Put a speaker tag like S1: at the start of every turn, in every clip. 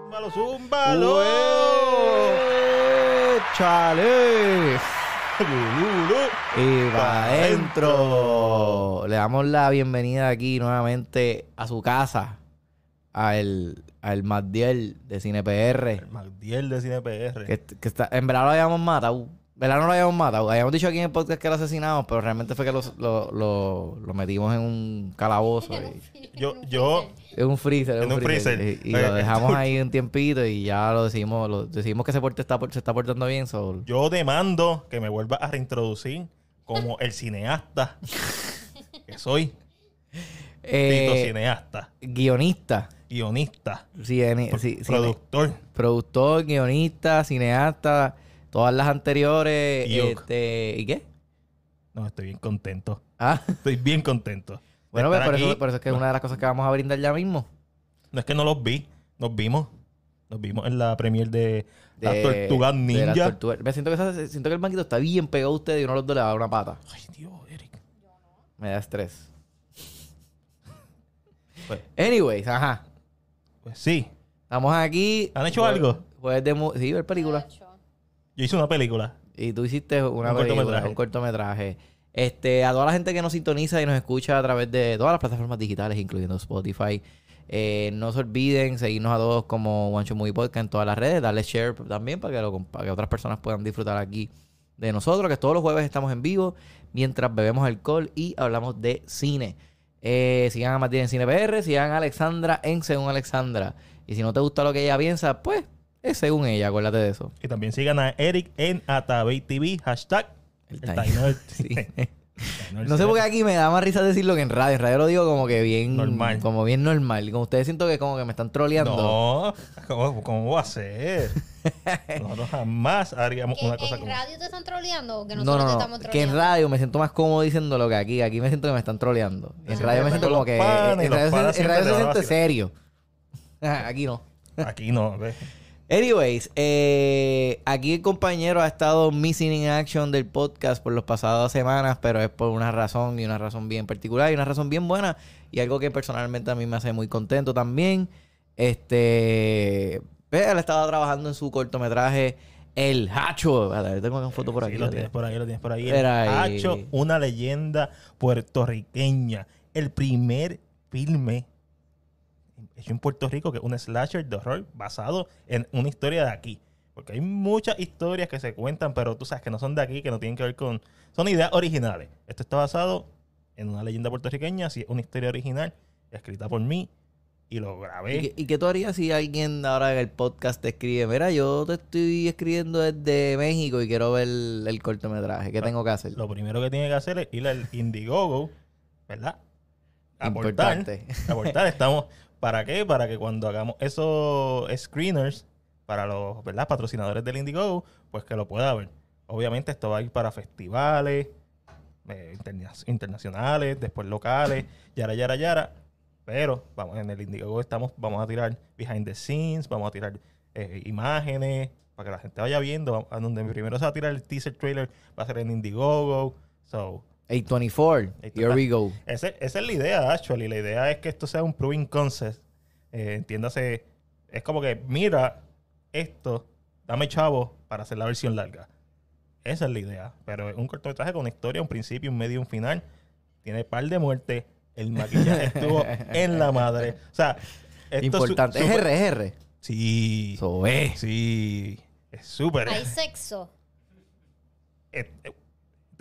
S1: zúmbalo, zúmbalo.
S2: ¡Chale!
S1: Lululu.
S2: Y
S1: Pa'
S2: va adentro. Le damos la bienvenida aquí nuevamente a su casa, al, al Magdiel de CinePR.
S1: El Magdiel de CinePR.
S2: Que, que está, en verdad lo habíamos matado. ¿Verdad? No lo habíamos matado. Habíamos dicho aquí en el podcast que lo asesinamos, pero realmente fue que los- lo, lo- lo metimos en un calabozo. y-
S1: Yo, yo,
S2: Es un freezer. Es
S1: En un freezer. Eh,
S2: Y, y lo dejamos ahí un tiempito y ya lo decimos, lo decimos que se, porte, está, por- se está portando bien. so-
S1: yo demando que me vuelva a reintroducir como el cineasta que soy. Tito
S2: Eh,
S1: cineasta,
S2: guionista.
S1: guionista,
S2: cine- ci- cine-
S1: productor.
S2: productor, guionista, cineasta, todas las anteriores.
S1: Yuc.
S2: Este, ¿Y qué?
S1: No, estoy bien contento.
S2: Ah,
S1: Estoy bien contento. de
S2: bueno, pues
S1: estar
S2: por eso,
S1: aquí.
S2: por eso es que es una de las cosas que vamos a brindar ya mismo.
S1: No es que no los vi, nos vimos. Nos vimos en la premier de, Las
S2: De-
S1: Tortugas
S2: de
S1: Ninja.
S2: las tortugas. Me siento que, esa- siento que el manguito está bien pegado a usted y uno de los dos le va a dar una pata.
S1: Ay, Dios, Eric.
S2: Me da estrés.
S1: Pues,
S2: Anyways, ajá.
S1: pues sí,
S2: Estamos aquí.
S1: ¿Han hecho
S2: Jue-
S1: algo?
S2: Jueves de mu- sí, ver películas.
S1: yo hice una película.
S2: Y tú hiciste una
S1: Un
S2: película,
S1: cortometraje.
S2: un cortometraje. Este, a toda la gente que nos sintoniza y nos escucha a través de todas las plataformas digitales, incluyendo Spotify, eh, no se olviden seguirnos a todos como One Shot Movie Podcast en todas las redes, darle share también para que, lo, compa- para que otras personas puedan disfrutar aquí de nosotros, que todos los jueves estamos en vivo mientras bebemos alcohol y hablamos de cine. Eh, sigan a Martín en Cine PR, sigan a Alexandra en Según Alexandra. Y si no te gusta lo que ella piensa, pues es según ella, acuérdate de eso.
S1: Y también sigan a Eric en Atabey TV, hashtag
S2: El
S1: el
S2: time.
S1: Taino del
S2: Sí.
S1: Cine. Taino del
S2: No sé por qué
S1: Cine.
S2: aquí me da más risa decirlo que en radio. En radio lo digo como que bien
S1: Normal.
S2: Como bien normal. Como ustedes siento que como que me están troleando.
S1: No, ¿cómo, cómo va a ser? Nosotros jamás haríamos una cosa
S3: ¿En
S1: como esa.
S3: radio te están troleando o que
S2: No,
S3: nosotros
S2: no,
S3: te
S2: no.
S3: estamos
S2: Que en
S3: troleando?
S2: radio me siento más cómodo diciéndolo que aquí. Aquí me siento que me están troleando. En
S3: Ah.
S2: radio me siento como que.
S1: Los panas,
S2: En
S1: los
S2: radio,
S1: panas
S2: se-
S1: siempre
S2: en
S1: te
S2: radio se
S1: van a
S2: siente
S1: vacilar.
S2: serio. Ajá, aquí no.
S1: Aquí no, ¿ves?
S2: Anyways, eh, aquí el compañero ha estado missing in action del podcast por las pasadas semanas, pero es por una razón y una razón bien particular y una razón bien buena y algo que personalmente a mí me hace muy contento también. Este, eh, él estaba trabajando en su cortometraje El Hacho. A ver, tengo una foto por
S1: Sí,
S2: aquí.
S1: lo tienes por ahí, lo tienes por ahí.
S2: Espera ahí.
S1: Hacho, una leyenda puertorriqueña. El primer filme hecho en Puerto Rico que es un slasher de horror basado en una historia de aquí. Porque hay muchas historias que se cuentan, pero tú sabes que no son de aquí, que no tienen que ver con... Son ideas originales. Esto está basado en una leyenda puertorriqueña, así es una historia original escrita por mí y lo grabé.
S2: ¿Y, qué- y qué tú harías si alguien ahora en el podcast te escribe? Mira, yo te estoy escribiendo desde México y quiero ver el, el cortometraje. ¿Qué tengo que hacer?
S1: Ah, Lo primero que tiene que hacer es ir al Indiegogo, ¿verdad? Aportar.
S2: Importante.
S1: Aportar. Estamos. ¿Para qué? Para que cuando hagamos esos screeners para los ¿verdad? patrocinadores del Indiegogo, pues que lo pueda ver. Obviamente esto va a ir para festivales eh, interna- internacionales, después locales, yara, yara, yara. Pero vamos, en el Indiegogo estamos, vamos a tirar behind the scenes, vamos a tirar eh, imágenes para que la gente vaya viendo. Vamos- A donde primero se va a tirar el teaser trailer, va a ser en Indiegogo. So,
S2: 824.
S1: Ahí está.
S2: Here we go.
S1: ese- esa es la idea, actually. La idea es que esto sea un proving concept. Eh, entiéndase, es como que, mira, esto, dame chavo para hacer la versión larga. Esa es la idea. Pero es un cortometraje con historia, un principio, un medio, un final. Tiene par de muertes. El maquillaje estuvo en la madre. O sea, esto es su-
S2: Importante.
S1: super-
S2: es RR.
S1: Sí.
S2: Eso es.
S1: Sí. Es súper.
S3: Hay sexo.
S1: Eh, eh,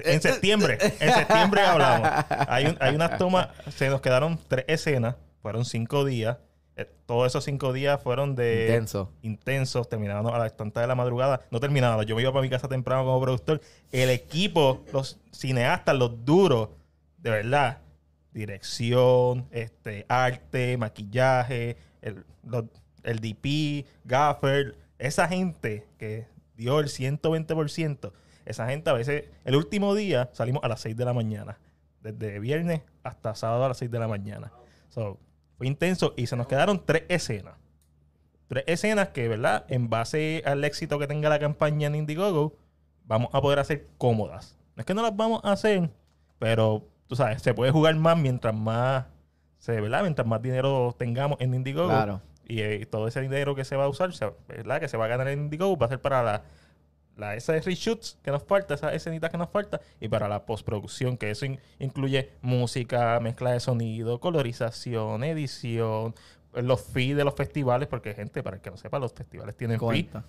S1: En septiembre, en septiembre hablamos. Hay, un- hay unas tomas, se nos quedaron tres escenas, fueron cinco días. Eh, todos esos cinco días fueron de
S2: Intenso.
S1: intensos, terminaron a las tantas de la madrugada. No terminaron, yo me iba para mi casa temprano como productor. El equipo, los cineastas, los duros, de verdad, dirección, este, arte, maquillaje, el, los- el DP, gaffer, esa gente que dio el 120%, esa gente a veces, el último día salimos a las 6 de la mañana, desde viernes hasta sábado a las 6 de la mañana. So, fue intenso y se nos quedaron tres escenas. Tres escenas que, ¿verdad? En base al éxito que tenga la campaña en Indiegogo, vamos a poder hacer cómodas. No es que no las vamos a hacer, pero tú sabes, se puede jugar más mientras más, se, ¿verdad? Mientras más dinero tengamos en Indiegogo.
S2: Claro.
S1: Y, eh, todo ese dinero que se va a usar, se- ¿verdad? Que se va a ganar en Indiegogo va a ser para la, la esas reshoots que nos falta, esas escenitas que nos falta y para la postproducción, que eso in- incluye música, mezcla de sonido, colorización, edición, los fees de los festivales, porque gente, para el que no sepa, los festivales tienen fees.
S2: Cuenta.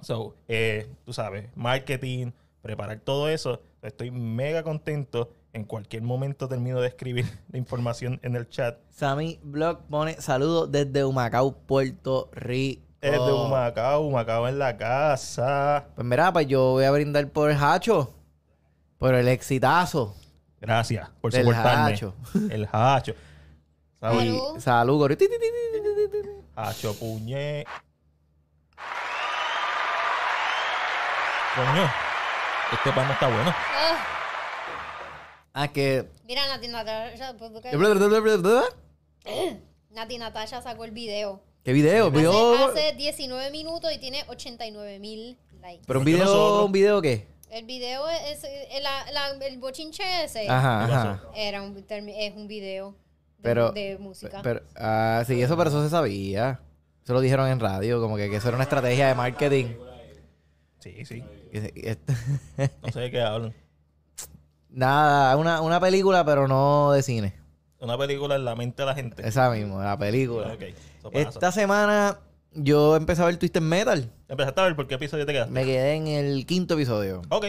S1: So, eh, tú sabes, marketing, preparar todo eso. Estoy mega contento. En cualquier momento termino de escribir la información en el chat.
S2: Sammy Blog pone saludos desde Humacao, Puerto Rico.
S1: Es de
S2: Oh.
S1: Humacao, Humacao en la casa.
S2: Pues mira, pues yo voy a brindar por el Hacho. Por el exitazo.
S1: Gracias por
S2: Del
S1: soportarme.
S2: hacho.
S1: El hacho. ¿Sabes?
S2: Y
S3: Salud.
S2: salud. Gori.
S1: Hacho puñe. Coño. Este pan no está bueno.
S3: Ah,
S2: Ah, que...
S3: mira, Nati Natasha. pues, busca- Nati Natasha sacó el video.
S2: ¿Qué video?
S3: Hace,
S2: ¿Video?
S3: hace 19 minutos y tiene 89 mil likes.
S2: ¿Pero un
S1: ¿Por qué
S2: video,
S1: nosotros?
S2: un video qué?
S3: El video es. es- la- la- el bochinche ese.
S2: Ajá,
S1: ¿Qué pasó?
S2: ajá.
S3: Era un, termi- es un video de,
S2: Pero-
S3: de música.
S2: Pero, ah, sí, eso, pero eso se sabía. Eso lo dijeron en radio, como que, que eso era una estrategia de marketing.
S1: Sí, sí.
S2: Y se- y esto-
S1: No sé de qué hablan.
S2: Nada, una, una película, pero no de cine.
S1: Una película en la mente de la gente.
S2: Esa misma, la película.
S1: Ok, eso pasa.
S2: Esta semana yo empecé a ver Twisted Metal.
S1: Empezaste a ver por qué episodio te quedaste.
S2: Me quedé en el quinto episodio.
S1: Ok.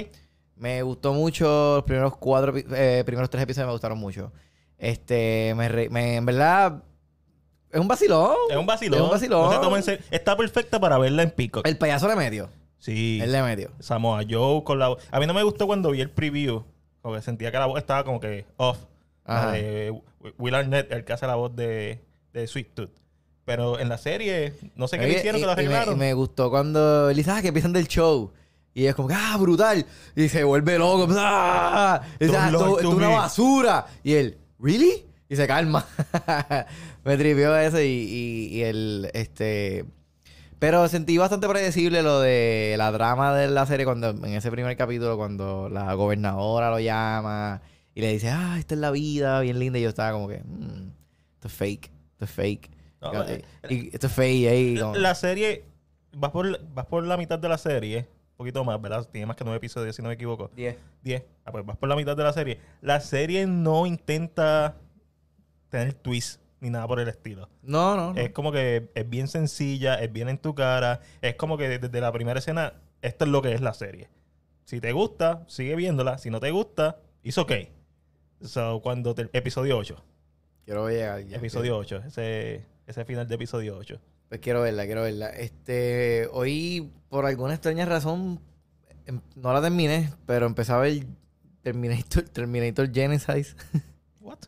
S2: Me gustó mucho. Los primeros cuatro, epi- eh, primeros tres episodios me gustaron mucho. Este, me, re- me- en verdad, es un vacilón.
S1: Es un vacilón.
S2: Es un vacilón.
S1: No se toma en serio. Está perfecta para verla en pico.
S2: El payaso le metió.
S1: Sí.
S2: Él le metió.
S1: Samoa Joe con la voz. A mí no me gustó cuando vi el preview. Porque sentía que la voz estaba como que off.
S2: Ajá.
S1: La de Will Arnett, el que hace la voz de, de Sweet Tooth. Pero en la serie, no sé qué le
S2: Oye,
S1: hicieron,
S2: y-
S1: que lo
S2: y me-
S1: arreglaron.
S2: y me, gustó cuando él dice, ah, que empiezan del show. Y es como, ah, brutal. Y se vuelve loco. ¡Ah! Y dice,
S1: Don't
S2: "Ah,
S1: lie
S2: esto
S1: to
S2: esto es una
S1: me."
S2: basura. Y él, ¿really? Y se calma. me trivió eso y, y, y el, este... Pero sentí bastante predecible lo de la drama de la serie cuando en ese primer capítulo cuando la gobernadora lo llama y le dice, ah, esta es la vida, bien linda. Y yo estaba como que, "Mm, esto es fake, esto es fake.
S1: No,
S2: Como-
S1: eh,
S2: y- esto es fake y ahí como-
S1: La serie, vas por, vas por la mitad de la serie. Un poquito más, ¿verdad? Tiene más que nueve episodios, si no me equivoco. 10. Ah, pues vas por la mitad de la serie. La serie no intenta tener twist ni nada por el estilo.
S2: No, no. no.
S1: Es como que es bien sencilla, es bien en tu cara. Es como que desde la primera escena, esto es lo que es la serie. Si te gusta, sigue viéndola. Si no te gusta, it's okay. So, cuando te- episodio 8.
S2: Quiero llegar. ya.
S1: Episodio 8. Ese, ese final de episodio 8.
S2: Pues quiero verla, quiero verla. Este, hoy, por alguna extraña razón, em- no la terminé, pero empezaba el Terminator, Terminator Genesis.
S1: What?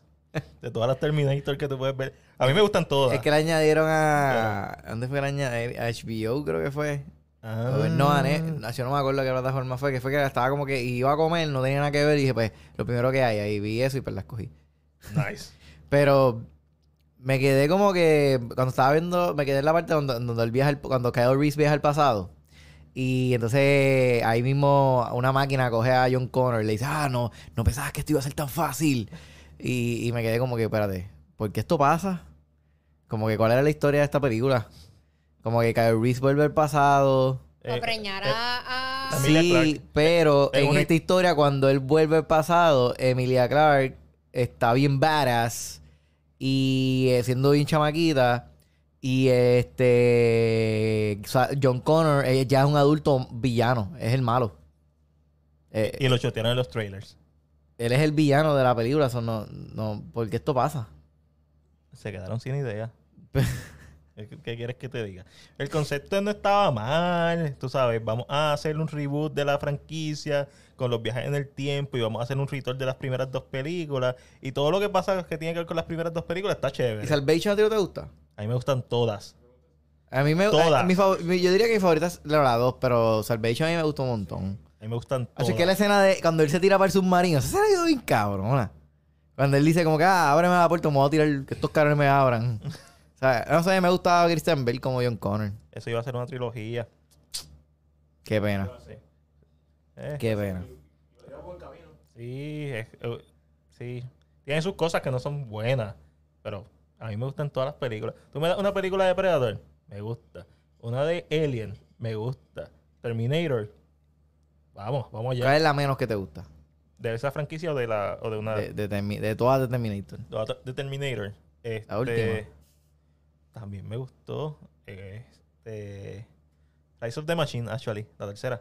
S1: De todas las Terminator que tú puedes ver. A mí me gustan todas.
S2: Es que la añadieron a. ¿a ¿Dónde fue que la añadieron? A HBO, creo que fue.
S1: Ah.
S2: O Pues No, a Net- no, yo no me acuerdo qué plataforma fue, que fue que estaba como que iba a comer, no tenía nada que ver, y dije, pues, lo primero que hay, ahí vi eso y pues la escogí.
S1: Nice.
S2: Pero me quedé como que cuando estaba viendo, me quedé en la parte donde, donde él viaja al- cuando Kyle Reese viaja al pasado. Y entonces ahí mismo una máquina coge a John Connor y le dice, ah, no, no pensabas que esto iba a ser tan fácil. Y, y me quedé como que, espérate, ¿por qué esto pasa? Como que cuál era la historia de esta película. Como que Kyle Reese vuelve al pasado.
S3: Para
S1: Eh,
S3: preñar
S1: eh,
S3: a. a-
S1: Emilia
S2: sí,
S1: Clarke.
S2: pero
S1: Eh,
S2: en
S1: una-
S2: esta historia, cuando él vuelve al pasado, Emilia Clark está bien varas y eh, siendo bien chamaquita. Y este. sa- John Connor eh, ya es un adulto villano, es el malo. Eh,
S1: y lo chotearon en los trailers.
S2: él es el villano de la película, eso no, no, ¿por qué esto pasa?
S1: Se quedaron sin idea. ¿Qué qué quieres que te diga? El concepto no estaba mal, tú sabes, vamos a hacer un reboot de la franquicia con los viajes en el tiempo y vamos a hacer un ritual de las primeras dos películas y todo lo que pasa que tiene que ver con las primeras dos películas está
S2: ¿Y
S1: chévere.
S2: Salvation a ti no te gusta?
S1: A mí me gustan todas.
S2: A mí me a-
S1: Todas.
S2: mi favor- mi- Yo diría que mi favorita es la la dos, pero Salvation a mí me gustó un montón.
S1: A mí me gustan
S2: Así Ah, que la
S1: todas.
S2: escena de cuando él se tira para el submarino, esa escena quedó bien cabrona. Cuando él dice como que, ah, ábreme la puerta, me voy a tirar, que estos cabrones me abran. O sea, no sé, me gustaba Christian Bale como John Connor.
S1: Eso iba a ser una trilogía.
S2: Qué pena,
S1: Sí. Eh,
S2: qué pena.
S1: sí, es- eh, sí. Tienen sus cosas que no son buenas, pero A mí me gustan todas las películas. Tú me das una película de Predator, me gusta. Una de Alien, me gusta. Terminator, vamos, vamos allá.
S2: ¿Cuál es la menos que te gusta?
S1: De esa franquicia o de, la, o de una
S2: De, de Termi- de todas de Terminator.
S1: de otra- de Terminator. Este,
S2: última.
S1: También me gustó. Este, Rise of the Machine, actually, la tercera.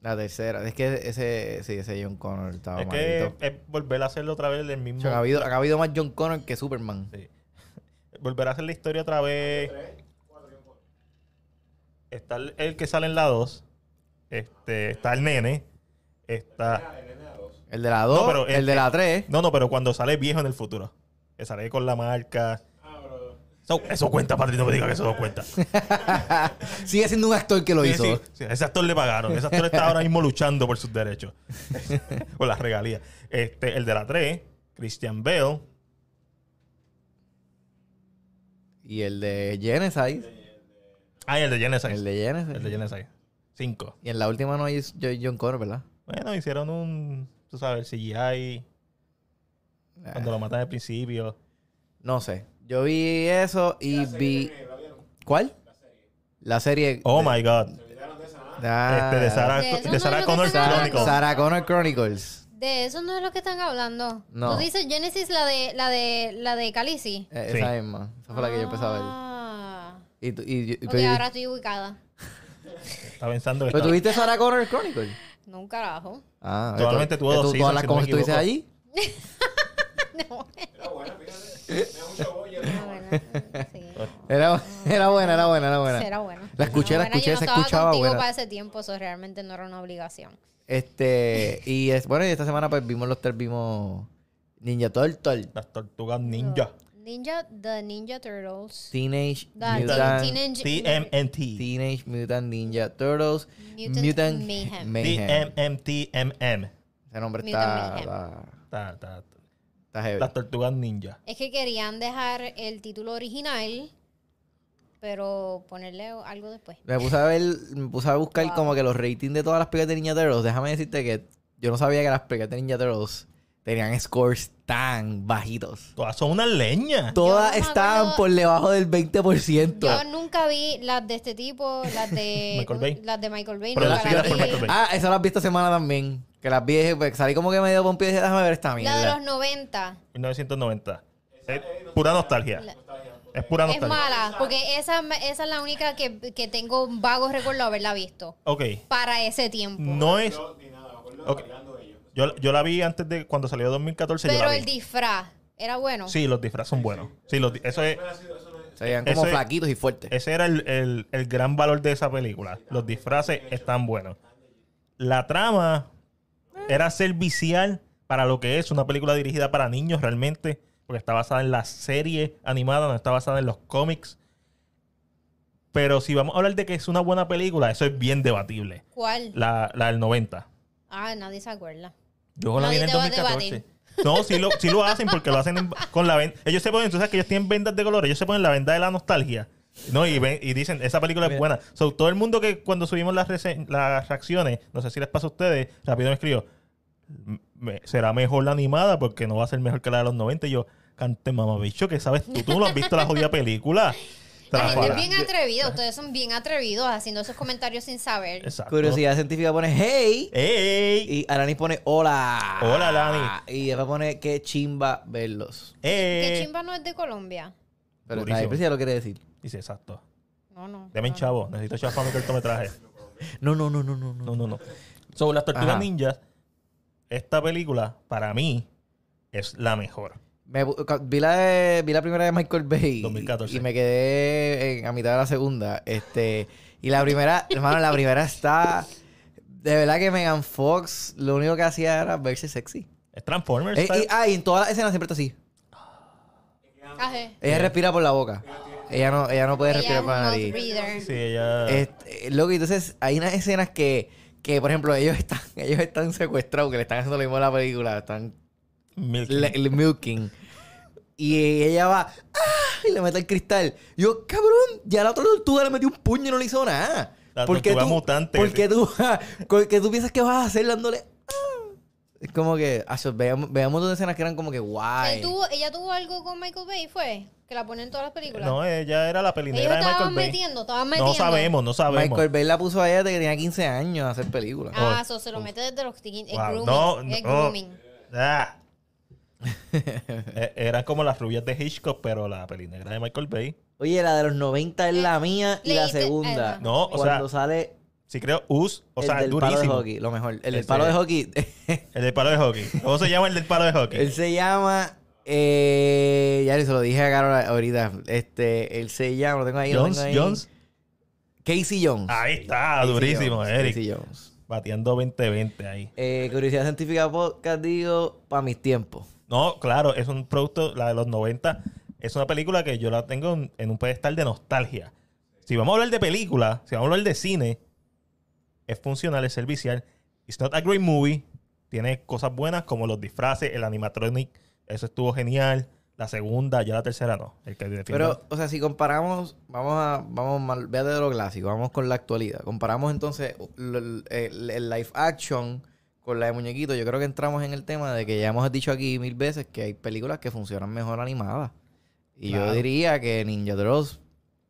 S2: La tercera. Es que ese, sí, ese John Connor estaba
S1: es
S2: malito.
S1: que es volver a hacerlo otra vez del mismo.
S2: Chacho, ha, habido, ha habido más John Connor que Superman.
S1: Sí. Volver a hacer la historia otra vez. Está el, el que sale en la 2. Este, está el nene. Está.
S2: El de la 2,
S1: pero
S2: el,
S1: el-
S2: de la 3.
S1: No, no, pero cuando sale viejo en el futuro. Que sale con la marca. So- eso cuenta, Patrick, no me digas que eso no cuenta.
S2: Sigue siendo un actor que lo
S1: Sí,
S2: hizo.
S1: sí, sí, ese actor le pagaron. Ese actor está ahora mismo luchando por sus derechos. por las regalías. Este, el de la 3, Christian Bale.
S2: Y el de Genesis.
S1: Ah, y el de Genesis.
S2: El de Genesis.
S1: El de Genesis. 5.
S2: Y en la última no hay es- Jo- John Connor, ¿verdad?
S1: Bueno, hicieron un, tú sabes, el CGI
S2: Ah.
S1: cuando lo matan al principio.
S2: No sé. Yo vi eso y vi. ¿Cuál? La serie.
S1: Oh
S2: de-
S1: my God.
S2: Ah,
S1: este de Sarah,
S3: De eso
S1: de
S3: no
S1: Sarah
S3: es lo que
S1: Connor
S3: están
S2: Sarah,
S1: Chronicles.
S2: Sarah Connor Chronicles.
S3: De eso no es lo que están hablando.
S2: No.
S3: Tú dices Genesis, la de, la de, la de Calici.
S2: Eh,
S1: Sí.
S2: Esa misma. Esa fue la que yo empecé a ver.
S3: Ah.
S2: Y, tú- y, y-
S3: Ok,
S2: pero,
S3: ahora estoy ubicada.
S1: Está pensando que
S2: pero
S1: está-
S2: tú viste Sarah Connor Chronicles.
S3: No, un carajo.
S2: Ah,
S1: Solamente tuvo
S2: tú-
S1: dos
S2: tú-
S1: seasons,
S2: todas las
S1: si no me
S2: cosas que estuviste
S1: equivoco.
S2: allí.
S3: No, Ah, sí.
S2: Era, era buena, era buena, era buena.
S3: Será bueno.
S2: La escuché, la
S3: Era buena,
S2: escuché,
S3: yo no
S2: se
S3: estaba
S2: escuchaba
S3: contigo
S2: buena.
S3: para ese tiempo, eso realmente no era una obligación.
S2: Este, y es, bueno, y esta semana pues vimos los tres, vimos Ninja Turtle,
S1: Las tortugas ninja.
S3: Ninja, The Ninja Turtles.
S2: Teenage
S3: The
S2: Mutant,
S3: Teenage,
S1: em, TMNT.
S2: Teenage Mutant Ninja Turtles, Mutant,
S3: Mutant Mayhem.
S2: Mayhem.
S1: TMMTMM.
S2: Ese nombre está,
S3: Mutant
S2: está,
S1: Ta, ta, ta.
S2: está heavy.
S1: Las tortugas ninja.
S3: Es que querían dejar el título original, pero ponerle algo después.
S2: Me puse a ver, me puse a buscar
S3: Wow.
S2: como que los ratings de todas las películas de Ninja Turtles. Déjame decirte que yo no sabía que las películas de Ninja Turtles tenían scores tan bajitos.
S1: Todas son unas leñas.
S2: Todas
S3: me
S2: estaban
S3: acuerdo-
S2: por debajo del 20%.
S3: Yo nunca vi las de este tipo, las de
S1: Michael Bay.
S3: las de Michael Bay.
S1: Pero
S3: nunca
S1: las figuras
S3: las vi.
S1: por Michael Bay.
S2: Ah, esas las vi esta semana también. Que las vi, dije, pues, salí como que medio pompido y dije, déjame ver esta
S3: La de
S2: mierda.
S3: los 90.
S1: 1990. Es pura nostalgia. Es pura
S3: Es
S1: nostalgia.
S3: mala, porque esa, esa es la única que, que tengo vagos recuerdos de haberla visto
S1: Ok.
S3: para ese tiempo.
S1: No es. Ok. Yo, yo la vi antes de cuando salió 2014. yo
S3: pero
S1: la vi.
S3: el disfraz era bueno.
S1: Sí, los disfraces son buenos. Sí, los, di- eso es,
S2: Se veían como
S1: Ese-
S2: flaquitos y fuertes.
S1: ese era el, el- el gran valor de esa película. Los disfraces están buenos. La trama era servicial para lo que es una película dirigida para niños realmente, porque está basada en la serie animada, no está basada en los cómics. Pero si vamos a hablar de que es una buena película, eso es bien debatible.
S3: ¿Cuál?
S1: La, la del 90.
S3: Ah, nadie se acuerda.
S1: Yo la vi en el
S3: Nadie te va a
S1: 2014. No, sí lo, sí lo hacen porque lo hacen en- con la venda. Ellos se ponen, tú sabes que ellos tienen vendas de colores, ellos se ponen la venda de la nostalgia. No, y, ven- y dicen, esa película es buena. So, todo el mundo que cuando subimos las, rese- las reacciones, no sé si les pasa a ustedes, rápido me escribió, "Me- será mejor la animada porque no va a ser mejor que la de los 90. Y yo, cante mamá, bicho, que sabes tú, tú no has visto la jodida película.
S3: La gente
S1: Tráfala.
S3: es bien atrevida, ustedes son bien atrevidos haciendo esos comentarios sin saber.
S1: Exacto.
S2: Curiosidad científica pone hey.
S1: ¡Ey!
S2: Y Alani pone hola.
S1: Hola, Alani.
S2: Y después pone qué chimba verlos.
S3: Que
S1: ¡Ey!
S3: chimba no es de Colombia.
S2: Pero
S1: Durísimo.
S2: nadie lo quiere decir.
S1: Dice, exacto.
S3: No, no.
S1: Deme en chavo, necesito chavo para mi cortometraje.
S2: No, no, no, no, no. no.
S1: No, no, no. Sobre las tortugas
S2: Ajá.
S1: ninjas, esta película, para mí, es la mejor.
S2: Me bu- ca- vi, la de- vi la primera de Michael Bay. y-
S1: 2014.
S2: Y, me quedé en- a mitad de la segunda. Este, y la primera, hermano, la primera está. De verdad que Megan Fox lo único que hacía era verse sexy.
S1: Es Transformers.
S2: Eh,
S1: style.
S2: y- ah, y en todas las escenas siempre está así.
S3: Ajá.
S2: Ella respira por la boca. Ella no, ella no puede
S3: Ella
S2: respirar
S3: es
S2: por la
S3: mouth
S2: nariz.
S3: breather.
S1: sí, ella.
S2: Este, loco, y entonces hay unas escenas que, que, por ejemplo, ellos están, ellos están secuestrados, que le están haciendo lo mismo a la película, están
S1: Milky.
S2: le- le- milking. Y ella va ¡ah! y le mete el cristal. Yo, cabrón, ya la otra tortuga le metió un puño y no le hizo nada.
S1: La
S2: ¿Por qué
S1: tortuga
S2: tú,
S1: mutante.
S2: ¿por qué tú, por qué tú piensas que vas a hacer dándole? ¡ah! Es como que, acho, veamos, veamos dos escenas que eran como que
S3: Él
S2: guay.
S3: tuvo- ella tuvo algo con Michael Bay, fue. Que Que la ponen en todas las películas.
S1: No, ella era la
S3: Ellos
S1: pelinera de
S3: estaban
S1: Michael Bay.
S3: metiendo, estaban metiendo.
S1: No sabemos, no sabemos.
S2: Michael Bay la puso a ella desde que tenía 15 años a hacer películas.
S3: Ah, eso se lo mete desde los tiquín. Es
S1: Wow,
S3: grooming.
S1: no,
S3: es
S1: no.
S3: grooming.
S1: Ah. Eh, Eran como las rubias de Hitchcock, pero la pelinegra de Michael Bay.
S2: Oye, la de los 90 es la mía y la
S3: leíste-
S2: segunda.
S3: ah,
S1: No, o
S2: Cuando
S1: sea,
S2: sale
S1: sí creo Us, o
S2: el
S1: sea,
S2: del palo de
S1: durísimo. Este,
S2: hockey, lo mejor. El del
S1: Ese-
S2: palo de hockey,
S1: El del palo de hockey. ¿Cómo se llama el del palo de hockey?
S2: él se llama... Eh, ya se lo dije a Carol ahorita. Este, él se llama, lo tengo ahí. lo
S1: Jones,
S2: tengo ahí.
S1: Jones.
S2: Casey Jones.
S1: Ahí está,
S2: Casey
S1: durísimo,
S2: Jones,
S1: Eric.
S2: Casey Jones.
S1: Bateando 20-20 ahí.
S2: Eh, Curiosidad Científica Podcast, digo, para mis tiempos.
S1: No, claro, es un producto, la de los 90, es una película que yo la tengo en, en un pedestal de nostalgia. Si vamos a hablar de película, si vamos a hablar de cine, es funcional, es servicial. It's not a great movie. Tiene cosas buenas como los disfraces, el animatronic, eso estuvo genial. La segunda, ya la tercera no. El que define-
S2: Pero, o sea, si comparamos, vamos a, vamos mal, véate de lo clásico, vamos con la actualidad. Comparamos entonces lo- el, el live action con la de muñequito. Yo creo que entramos en el tema de que ya hemos dicho aquí mil veces que hay películas que funcionan mejor animadas. Y
S1: Claro.
S2: yo diría que Ninja Dross,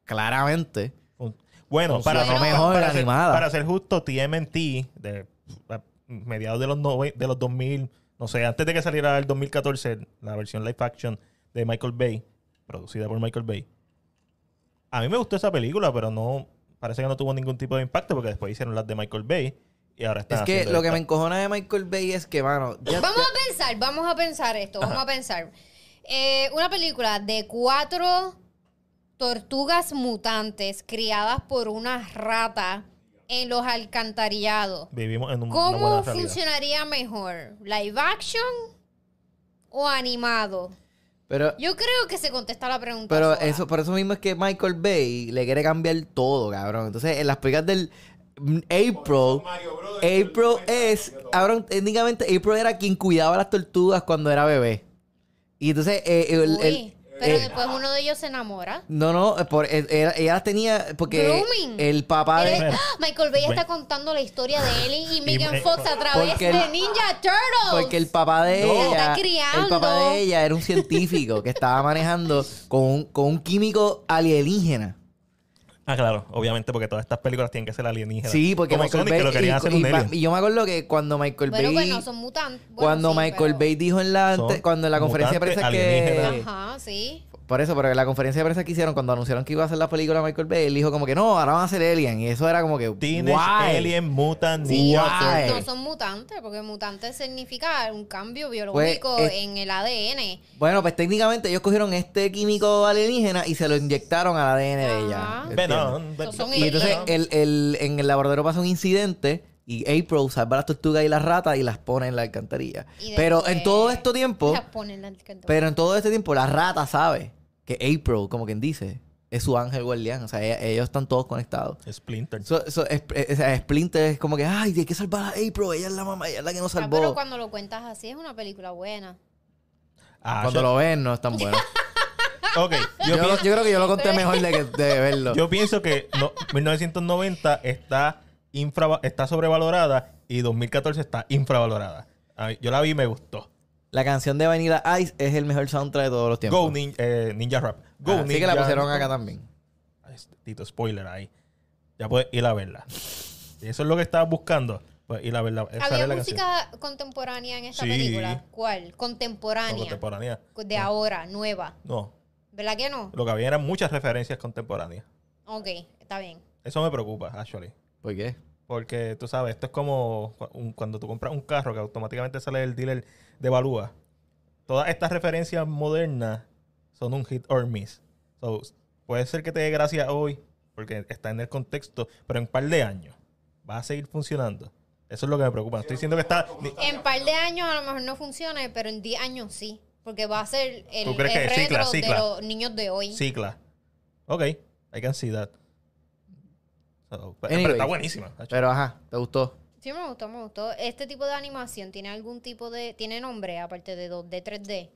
S2: claramente,
S1: Fun- Bueno,
S2: Funcionó
S1: para,
S2: mejor
S1: para, ser,
S2: animada.
S1: para ser justo, TMNT, de a mediados de los, nove- de los 2000, no sé, antes de que saliera el 2014, la versión live action de Michael Bay, producida por Michael Bay. A mí me gustó esa película, pero no parece que no tuvo ningún tipo de impacto porque después hicieron las de Michael Bay y ahora están
S2: es que
S1: haciendo
S2: lo que me
S1: esta.
S2: encojona de Michael Bay es que, mano, ya-
S3: Vamos a pensar, vamos a pensar esto, vamos a pensar. Eh, una película de cuatro tortugas mutantes criadas por una rata en los alcantarillados.
S1: vivimos en un- una buena
S3: ¿Cómo
S1: realidad.
S3: funcionaría mejor? ¿Live action o animado?
S2: pero,
S3: Yo creo que se contesta la pregunta.
S2: pero
S3: sola.
S2: eso, por eso mismo es que Michael Bay le quiere cambiar todo, cabrón. Entonces, en las películas del mm, April.
S4: Mario Bros.
S2: April es, cabrón, técnicamente April era quien cuidaba las tortugas cuando era bebé. Y entonces, eh, el-
S3: Uy,
S2: el-
S3: pero
S2: eh,
S3: después uno de ellos se enamora.
S2: no, no, eh, por, eh, era- ella las tenía porque
S3: Grooming.
S2: el papá
S3: Él es-
S2: de...
S3: ¡Ah! Michael Bay
S1: Bueno.
S3: está contando la historia de él y, y Megan
S1: eh,
S3: Fox a través
S2: porque el-
S3: de Ninja Turtles.
S2: Porque el papá de
S3: No.
S2: ella,
S3: Está criando.
S2: el papá de ella era un científico que estaba manejando con un, con un químico alienígena.
S1: Ah, claro, obviamente porque todas estas películas tienen que ser alienígenas.
S2: Sí, porque
S1: Como
S2: Michael
S1: Sonic, que lo
S2: Bay
S1: querían
S2: y-
S1: hacer
S2: y,
S1: un
S2: ma-
S1: alien.
S2: y yo me acuerdo que cuando Michael
S3: Pero
S2: Bay,
S3: bueno, pues son mutantes. Bueno,
S2: cuando
S3: sí,
S2: Michael
S3: pero-
S2: Bay dijo en la ante-
S1: Son
S2: cuando en la conferencia de prensa
S1: mutantes
S2: que
S1: alienígenas.
S3: Ajá, sí.
S2: Por eso, pero en la conferencia de prensa que hicieron cuando anunciaron que iba a hacer la película de Michael Bay, él dijo como que no, ahora van a hacer Alien. Y eso era como que.
S1: Teenage
S2: "Why?".
S1: Alien Mutant
S3: Sí,
S1: Ninja
S2: Guay.
S3: no son-
S1: Turtles.
S3: no son mutantes, porque mutante significa un cambio
S2: Pues,
S3: biológico
S2: es-
S3: en el ADN.
S2: Bueno, pues técnicamente ellos cogieron este químico alienígena y se lo inyectaron al ADN de ella.
S3: Ajá.
S2: ¿entiendes?
S1: Bueno,
S3: Esos son
S2: Y entonces el, el- en el laboratorio pasa un incidente y April salva a las tortugas y las ratas y las pone en la alcantarilla.
S3: Y
S2: Pero
S3: después
S2: en todo este tiempo,
S3: Las ponen al canto.
S2: pero en todo este tiempo, la rata sabe que April, como quien dice, es su ángel guardián. O sea, ella- ellos están todos conectados.
S1: eh, Splinter.
S2: So- so- es- eh, o sea, Splinter es como que, ay, hay que salvar a April, ella es la mamá, ella es la que nos
S3: Ah,
S2: salvó. cuando
S3: pero cuando lo cuentas así es una película buena.
S1: Ah, yo-
S2: lo ven, no es tan bueno.
S1: Ok,
S2: yo,
S1: yo, pienso,
S2: yo creo que yo lo conté mejor de, que, de verlo.
S1: yo pienso que no- 1990 está, infra, está sobrevalorada y 2014 está infravalorada. A mí- yo la vi y me gustó.
S2: La canción de Vanilla Ice es el mejor soundtrack de todos los tiempos.
S1: Go nin- eh, Ninja Rap. Go
S2: Así
S1: Ninja.
S2: Ah, que la pusieron acá también.
S1: Ay, Tito, spoiler ahí. Ya puedes ir a verla. Si eso es lo que estabas buscando. Pues ir a verla. Esa
S3: ¿Había
S1: es la canción.
S3: música contemporánea en esta
S1: Sí.
S3: película? ¿Cuál? Contemporánea.
S1: No, contemporánea.
S3: De ahora, nueva.
S1: No,
S3: ¿Verdad que no?
S1: lo que había eran muchas referencias contemporáneas.
S3: Ok, está bien.
S1: Eso me preocupa, actually.
S2: ¿Por qué?
S1: Porque tú sabes, esto es como cu- un- cuando tú compras un carro que automáticamente sale el dealer de Balúa. Todas estas referencias modernas son un hit or miss. So, s- puede ser que te dé gracia hoy porque está en el contexto, pero en un par de años va a seguir funcionando. Eso es lo que me preocupa. No Estoy diciendo que está... ni-
S3: En par de años a lo mejor no funcione, pero en 10 años sí. Porque va a ser el,
S1: ¿Tú crees
S3: el
S1: que cicla,
S3: retro
S1: cicla?
S3: de los niños de hoy.
S1: Cicla. Ok, hay que ansiedad. pero,
S2: Anyway.
S1: está buenísima. actually.
S2: Pero ajá, ¿te gustó?
S3: Sí, me gustó, me gustó. ¿Este tipo de animación tiene algún tipo de... ¿Tiene nombre aparte de 2D, 3D?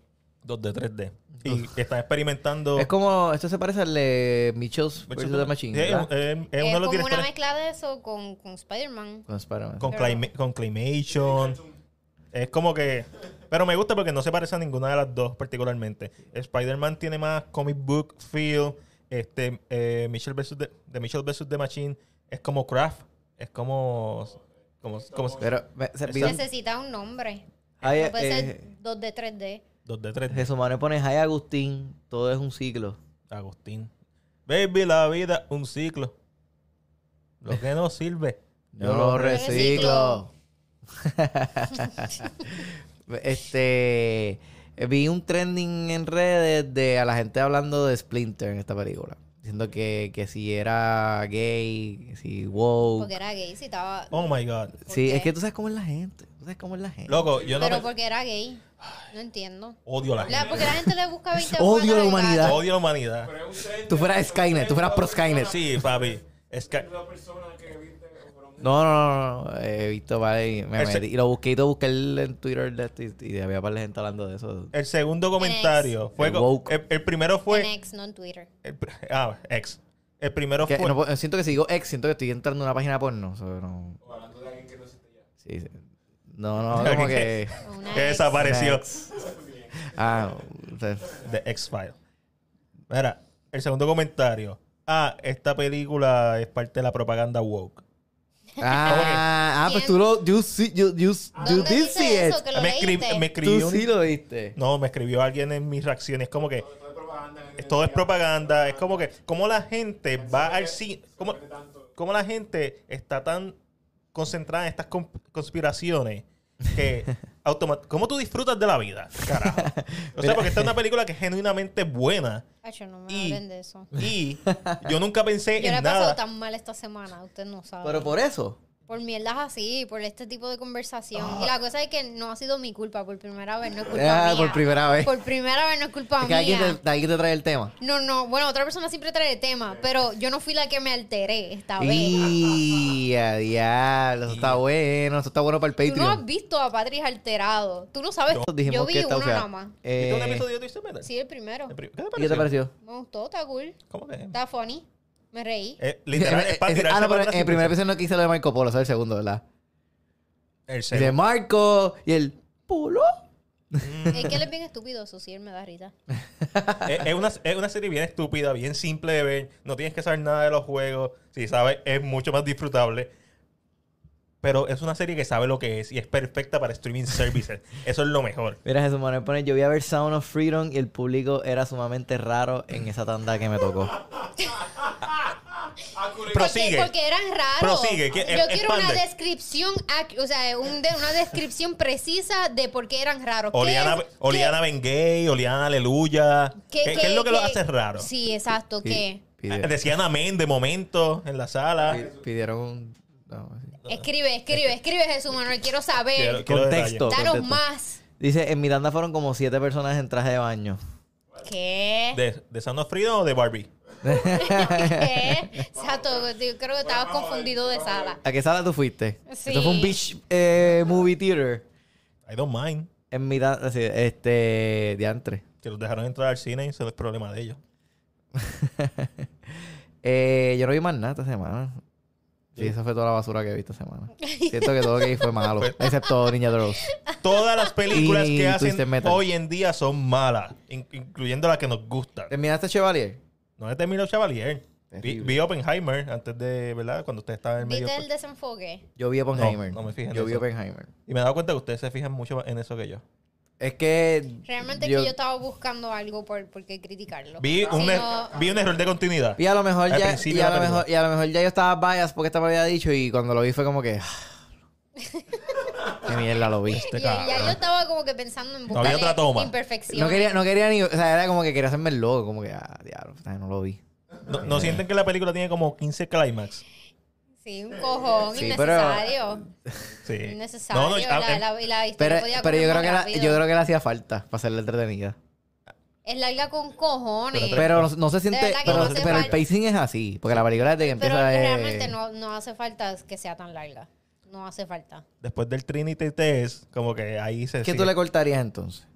S1: 2D, 3D. Y están experimentando...
S2: Es como, esto se parece al de Mitchell's vs. The Machine.
S1: Sí, es,
S2: ¿verdad?
S1: es- es uno de
S3: es
S1: los
S3: como
S1: directores-
S3: una mezcla de eso con, con Spider-Man.
S2: Con Spider-Man.
S1: Con,
S3: Pero-
S1: clima- con Climation. Es como que. Pero me gusta porque no se parece a ninguna de las dos, particularmente. Spider-Man tiene más comic book feel. Este, eh, Mitchell versus the, de Mitchell versus The Machine es como craft. Es como. como, como
S2: Pero me- servidor-
S3: Necesita un nombre.
S2: Ay,
S3: No puede
S2: eh,
S3: ser 2D, 3D.
S1: 2 de 3
S2: Jesús Manuel pone Jai Agustín, todo es un ciclo.
S1: Agustín. Baby, la vida, un ciclo. Lo que no sirve.
S2: Yo lo reciclo.
S3: reciclo.
S2: este vi un trending en redes de a la gente hablando de Splinter en esta película. Diciendo que, que si era gay, que si wow.
S3: Porque era gay, si estaba.
S1: Oh my god.
S2: Sí,
S3: qué?
S2: es que tú sabes cómo es la gente. Tú sabes cómo es la gente.
S1: Loco, yo no
S3: pero
S1: me-
S3: porque era gay. No entiendo.
S1: odio a la
S3: La-
S1: gente.
S3: porque la gente le busca 20
S2: Odio
S3: patas
S2: la
S3: al
S2: humanidad.
S3: gato.
S1: Odio a la humanidad.
S4: Pero es un tren
S2: Tú
S4: de-
S2: fueras
S4: es un tren
S2: Skynet, tú fueras
S4: de
S2: pro
S4: una
S2: Skynet.
S1: Sí, papi. Es que.
S4: persona- Una persona que viste o fueron un-
S2: No, no, no, no, he visto para ahí, me
S1: Ese-
S2: metí, y lo busqué y lo busqué en Twitter de esto y, y había par de gente hablando de eso.
S1: El segundo comentario fue.
S2: El
S1: co-
S2: woke.
S1: El, el primero
S3: En
S1: fue.
S3: ex, no en Twitter.
S1: el pr- ah, ex. El primero
S2: Que
S1: fue.
S2: no puedo- siento que si digo ex, siento que estoy entrando en una página porno. so, no,
S4: o hablando de alguien que no existe ya.
S2: sí, sí. no, no, como que...
S3: Una
S1: que
S3: ex.
S1: desapareció.
S2: Ah, o sea,
S1: De X-File. Mira, el segundo comentario. Ah, esta película es parte de la propaganda woke.
S2: ah, ah, pues tú lo... You, see, you, you, you
S3: ¿Dónde
S2: did see
S3: dice
S2: it.
S3: eso que lo
S1: me, escrib-
S3: leíste?
S1: me escribió.
S2: Tú
S1: un-
S2: sí lo viste.
S1: No, me escribió alguien en mis reacciones. Como que.
S4: Todo es propaganda. que
S1: Todo es
S4: te digan,
S1: propaganda. Es como que, como la gente va al
S4: se
S1: cine,
S4: mete
S1: como,
S4: tanto.
S1: como la gente está tan concentrada en estas con- conspiraciones que automáticamente... ¿Cómo tú disfrutas de la vida? Carajo. O sea, porque esta es una película que es genuinamente buena
S3: Acho, no me
S1: Y-
S3: hablen de eso.
S1: y yo nunca pensé
S3: Yo la he
S1: en
S3: pasado
S1: nada.
S3: tan mal esta semana, usted no sabe.
S2: Pero por eso.
S3: Por mierdas así, por este tipo de conversación. Y la cosa es que no ha sido mi culpa, por primera vez no es culpa
S2: Ah,
S3: mía.
S2: por primera vez.
S3: Por primera vez no es culpa
S2: Es que
S3: mía.
S2: alguien te, alguien te trae el tema.
S3: No, no, bueno, otra persona siempre trae el tema, pero yo no fui la que me alteré esta vez.
S2: Y a diablo, eso está bueno, eso está bueno para el
S3: Tú no has
S2: Patreon.
S3: visto a Patrick alterado. Tú no sabes.
S2: Dijimos
S3: Yo
S2: que
S3: vi
S2: está
S3: uno
S2: fea.
S3: nada más.
S1: ¿Viste un
S2: Eh,
S1: episodio de Twisted Metal?
S3: Sí, el primero.
S1: El pri- ¿Qué te
S2: ¿Y qué
S1: pareció?
S2: te pareció?
S3: Me gustó, está cool.
S1: ¿Cómo que?
S3: Está funny. Me reí.
S1: Eh, literal,
S2: Eh,
S1: es para
S2: eh,
S1: tirarse
S2: ah,
S1: para
S2: no, pero
S1: atrás
S2: en
S1: y
S2: el primer
S1: pensar.
S2: episodio no quise lo de Marco Polo, ¿sabes? El segundo, ¿verdad?
S1: El
S2: Y de
S1: segundo.
S2: Marco y el Polo.
S1: Mm.
S3: Es que él es bien estúpido, eso sí, él me da risa.
S1: es, es una, es una serie bien estúpida, bien simple de ver. No tienes que saber nada de los juegos. Si sabes, es mucho más disfrutable. Pero es una serie que sabe lo que es y es perfecta para streaming services. Eso es lo mejor.
S2: Mira, Jesús Manuel pone, yo voy a ver Sound of Freedom y el público era sumamente raro en esa tanda que me tocó.
S4: Ah, curioso.
S1: Prosigue.
S3: Porque, porque eran raros.
S1: Prosigue, que-
S3: Yo
S1: e-
S3: quiero una
S1: expande.
S3: descripción, ac- o sea, un de- una descripción precisa de por qué eran raros. ¿Qué
S1: Oliana,
S3: es- qué-
S1: Oliana Bengay, Oliana Aleluya.
S3: qué-
S1: ¿Qué, qué es lo que lo hace raro?
S3: Sí, exacto, ¿qué?
S1: Ah,
S2: Pide-
S1: Decían amén de momento en la sala.
S2: pi- pidieron un... no, así.
S3: Escribe, escribe, escribe Jesús Manuel, quiero
S1: Quiero-
S3: saber.
S1: quiero
S2: Contexto.
S1: detalles.
S3: Danos
S2: contento.
S3: más.
S2: Dice, en mi tanda fueron como siete personas en traje de baño.
S3: ¿Qué?
S1: ¿De, de Sound of Freedom o de Barbie?
S3: ¿Qué? Exacto, yo creo que estabas confundido de sala.
S2: ¿A qué sala tú fuiste?
S3: Sí.
S2: Esto fue un beach eh, movie theater.
S1: I don't mind.
S2: En mi tanda, así, este, diantre.
S1: Si los dejaron entrar al cine, eso es problema de ellos.
S2: Eh, yo no vi más nada esta semana. Sí, esa fue toda la basura que vi esta semana. Siento que todo lo que vi fue malo, excepto Ninja Turtles.
S1: Todas las películas
S2: Y
S1: que hacen
S2: Twisted Metal.
S1: hoy en día son malas, in- incluyendo las que nos gustan.
S2: ¿Terminaste este Chevalier?
S1: No es de Milo Chavalier. Vi,
S2: Terrible.
S1: vi Oppenheimer antes de, ¿verdad? Cuando usted estaba en medio.
S3: ¿Viste el desenfoque?
S2: Yo vi Oppenheimer.
S1: No, no me fijé en
S2: Yo vi
S1: eso.
S2: Oppenheimer.
S1: Y me he dado cuenta que ustedes se fijan mucho en eso que yo.
S2: Es que.
S3: Realmente
S2: yo-
S3: que yo estaba buscando algo por, por qué criticarlo.
S1: Vi,
S3: Si
S1: un, er,
S3: no-
S1: vi un error de continuidad.
S2: Y a lo mejor
S1: Al
S2: ya.
S1: principio
S2: Y a
S1: de la
S2: lo mejor, y a lo mejor ya yo estaba bias porque esta me había dicho y cuando lo vi fue como que. "Ah, Qué mierda lo vi.
S3: Y ya yo estaba como que pensando en
S1: No había
S3: buscar
S1: otra toma.
S3: imperfecciones.
S2: No quería, no quería ni. O sea, era como que quería hacerme el loco. Como que, ah, diablo, o sea, no lo vi.
S1: No, no sienten que la película tiene como 15 climax.
S3: Sí, un cojón
S2: Sí, eh,
S3: innecesario.
S1: Sí.
S3: Innecesario.
S1: No, no,
S3: la,
S1: ah, em-
S3: la- y la historia
S2: Pero,
S3: podía
S2: pero yo,
S3: correr
S2: creo
S3: más
S2: que la,
S3: rápido.
S2: yo creo que le hacía falta para hacerla entretenida.
S3: Es larga con cojones. Pero,
S2: Pero no, no se siente.
S3: verdad que
S2: Pero,
S3: no hace
S2: pero el
S3: falta.
S2: pacing es así. Porque la película desde que empieza es-
S3: realmente no, no hace falta que sea tan larga. No hace falta.
S1: Después del Trinity Test, como que ahí se.
S2: ¿Qué
S1: sigue.
S2: tú le cortarías entonces?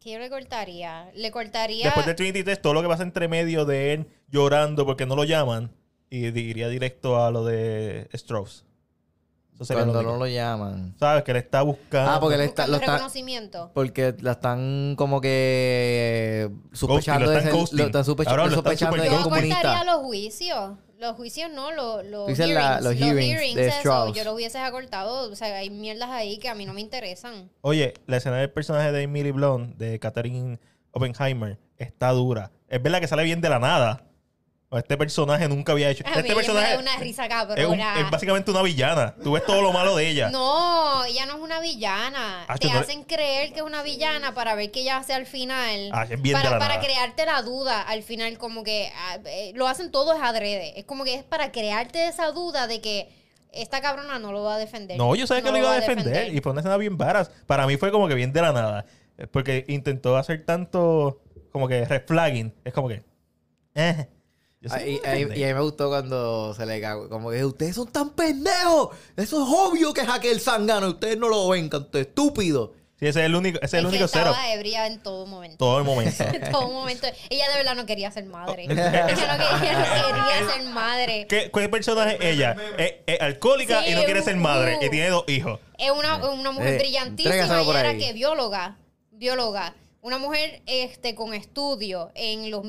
S3: ¿Qué yo le cortaría? Le cortaría...
S1: Después del Trinity Test, todo lo que pasa entre medio de él llorando porque no lo llaman, y diría directo a lo de Strauss. Eso Eso sería
S2: Cuando
S1: lo
S2: no
S1: único.
S2: lo llaman.
S1: Sabes que le está buscando.
S2: Ah, porque le está, lo
S3: Buscando
S2: está,
S3: reconocimiento.
S2: porque la están como que eh, sospechando
S1: lo
S2: de
S1: están
S2: ser,
S1: ghosting.
S2: lo están sospecha-
S1: Cabrón, lo están
S2: sospechando de
S1: super
S3: Yo
S2: ser
S1: ghosting.
S2: comunista.
S3: acortaría los juicios. Los juicios no, los, los,
S2: Tú dices la- los hearings de
S3: eso,
S2: Strauss.
S3: yo lo hubieses acortado. O sea, hay mierdas ahí que a mí no me interesan.
S1: Oye, la escena del personaje de Emily Blunt, de Katherine Oppenheimer, está dura. Es verdad que sale bien de la nada. Este personaje nunca había hecho.
S3: A mí
S1: este
S3: ella
S1: personaje
S3: me da una risa
S1: es, un-
S3: cabrona.
S1: es básicamente una villana. Tú ves todo lo malo de ella.
S3: No, ella no es una villana.
S1: Ah,
S3: Te
S1: tú no-
S3: hacen creer que es una villana para ver qué ella hace al final.
S1: Ah, es bien de la
S3: para, para
S1: nada.
S3: crearte la duda al final, como que ah, eh, lo hacen todos adrede. Es como que es para crearte esa duda de que esta cabrona no lo va a defender.
S1: No, yo sabía que
S3: No
S1: lo iba a
S3: va
S1: defender, y fue una escena bien varas. Para mí fue como que bien de la nada. Eh, Porque intentó hacer tanto como que red flagging. Es como que. eh, yo sé
S2: Ahí-
S1: que me
S2: ahí-
S1: defendí.
S2: y a mí me gustó cuando se le cagó. Como que ustedes son tan pendejos. Eso es obvio que es aquel sangano. Ustedes no lo ven, canto estúpido.
S1: Sí, ese es el único, ese es el
S3: que
S1: único cero.
S3: estaba ebria en todo momento.
S1: Todo el momento.
S3: En todo momento. Ella de verdad no quería ser madre. ella, no, que- ella no quería ser madre.
S1: ¿Qué, ¿Cuál personaje es ella? Es, es alcohólica
S3: Sí,
S1: y no quiere ser
S3: uh,
S1: madre.
S3: uh.
S1: Y tiene dos hijos.
S3: Es una, una mujer
S2: Eh,
S3: brillantísima.
S2: entrégaselo por
S3: Ella era
S2: ahí.
S3: que bióloga, bióloga. Una mujer este, con estudio en los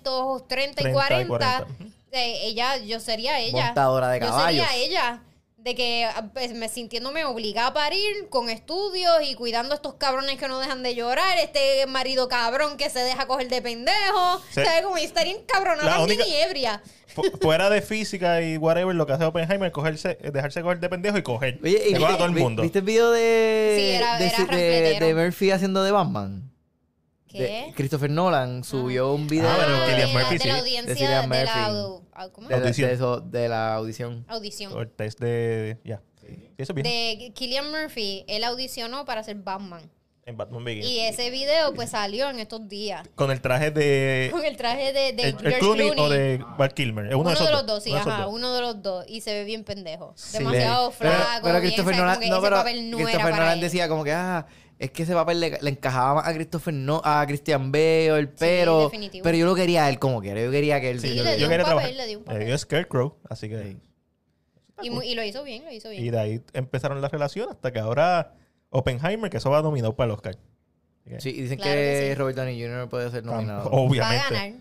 S3: 1930 y
S1: 30 y
S3: 40.
S1: 40.
S3: eh, ella, yo sería ella.
S2: Montadora de
S3: Yo
S2: caballos.
S3: sería ella. De que ah, pues, me sintiéndome obligada a parir con estudios y cuidando a estos cabrones que no dejan de llorar, este marido cabrón que se deja coger de pendejo.
S1: Se-
S3: ¿Sabes? Como yo estaría
S1: La
S3: encabronada también
S1: única-
S3: y ebria.
S1: Fu- Fuera de física y whatever, lo que hace Oppenheimer es cogerse, es dejarse coger de pendejo y coger.
S2: Oye, y
S1: Se coge a todo el
S2: vi-
S1: mundo.
S2: ¿Viste el video de,
S3: Sí, era-
S2: de,
S3: era
S2: de-
S3: rampletero.
S2: de Murphy haciendo de Batman?
S3: ¿Qué?
S2: De- Christopher Nolan subió un video
S1: Ah,
S2: de-
S1: pero
S3: Ah,
S1: Cillian
S3: de la-
S1: Murphy,
S3: de
S1: sí.
S3: la
S1: De
S3: audiencia
S2: Cillian
S3: de la
S2: Murphy.
S3: au- au- ¿cómo
S2: de,
S3: es?
S2: la-
S1: Audición.
S2: de eso- de la audición.
S3: audición.
S1: O el test de. Ya. Sí, eso es bien.
S3: de Killian Murphy, él audicionó para ser Batman.
S1: En Batman Begins.
S3: Y ese video pues salió en estos días.
S1: Con el traje de.
S3: Con el traje de, de
S1: Eh, el- el
S3: George
S1: Clooney,
S3: Clooney.
S1: o de Val Kilmer. Es uno,
S3: uno,
S1: de, esos
S3: de los dos, sí,
S1: Uno de esos
S3: ajá,
S1: dos.
S3: uno de los dos. Y se ve bien pendejo.
S2: Sí.
S3: Demasiado
S2: Pero-
S3: flaco.
S2: Pero
S3: bien,
S2: Christopher
S3: ¿sabes?
S2: Nolan,
S3: Como que
S2: no,
S3: ese
S2: pero
S3: papel no era
S2: Christopher
S3: para
S2: Nolan
S3: él.
S2: decía como que, ah, es que ese papel le, le encajaba más a Christopher no, a Christian Bale, pero,
S3: definitivo.
S2: pero yo lo quería a él como quiera, yo quería que él.
S3: Sí,
S2: yo
S3: le
S2: lo-
S3: dio
S1: yo
S3: un
S1: quería
S3: papel,
S1: trabajar.
S3: le dio un
S1: Le
S3: papel.
S1: dio Scarecrow, así que.
S2: Sí.
S3: Y, mu- y lo hizo bien, lo hizo
S1: Y
S3: bien.
S1: de ahí empezaron la relación hasta que ahora Oppenheimer, que eso va dominado para el Oscar.
S2: Sí, y dicen
S3: Claro
S2: que,
S3: que sí.
S2: Robert Downey Jr. puede ser nominado.
S3: Va a
S1: Obviamente.
S3: ganar.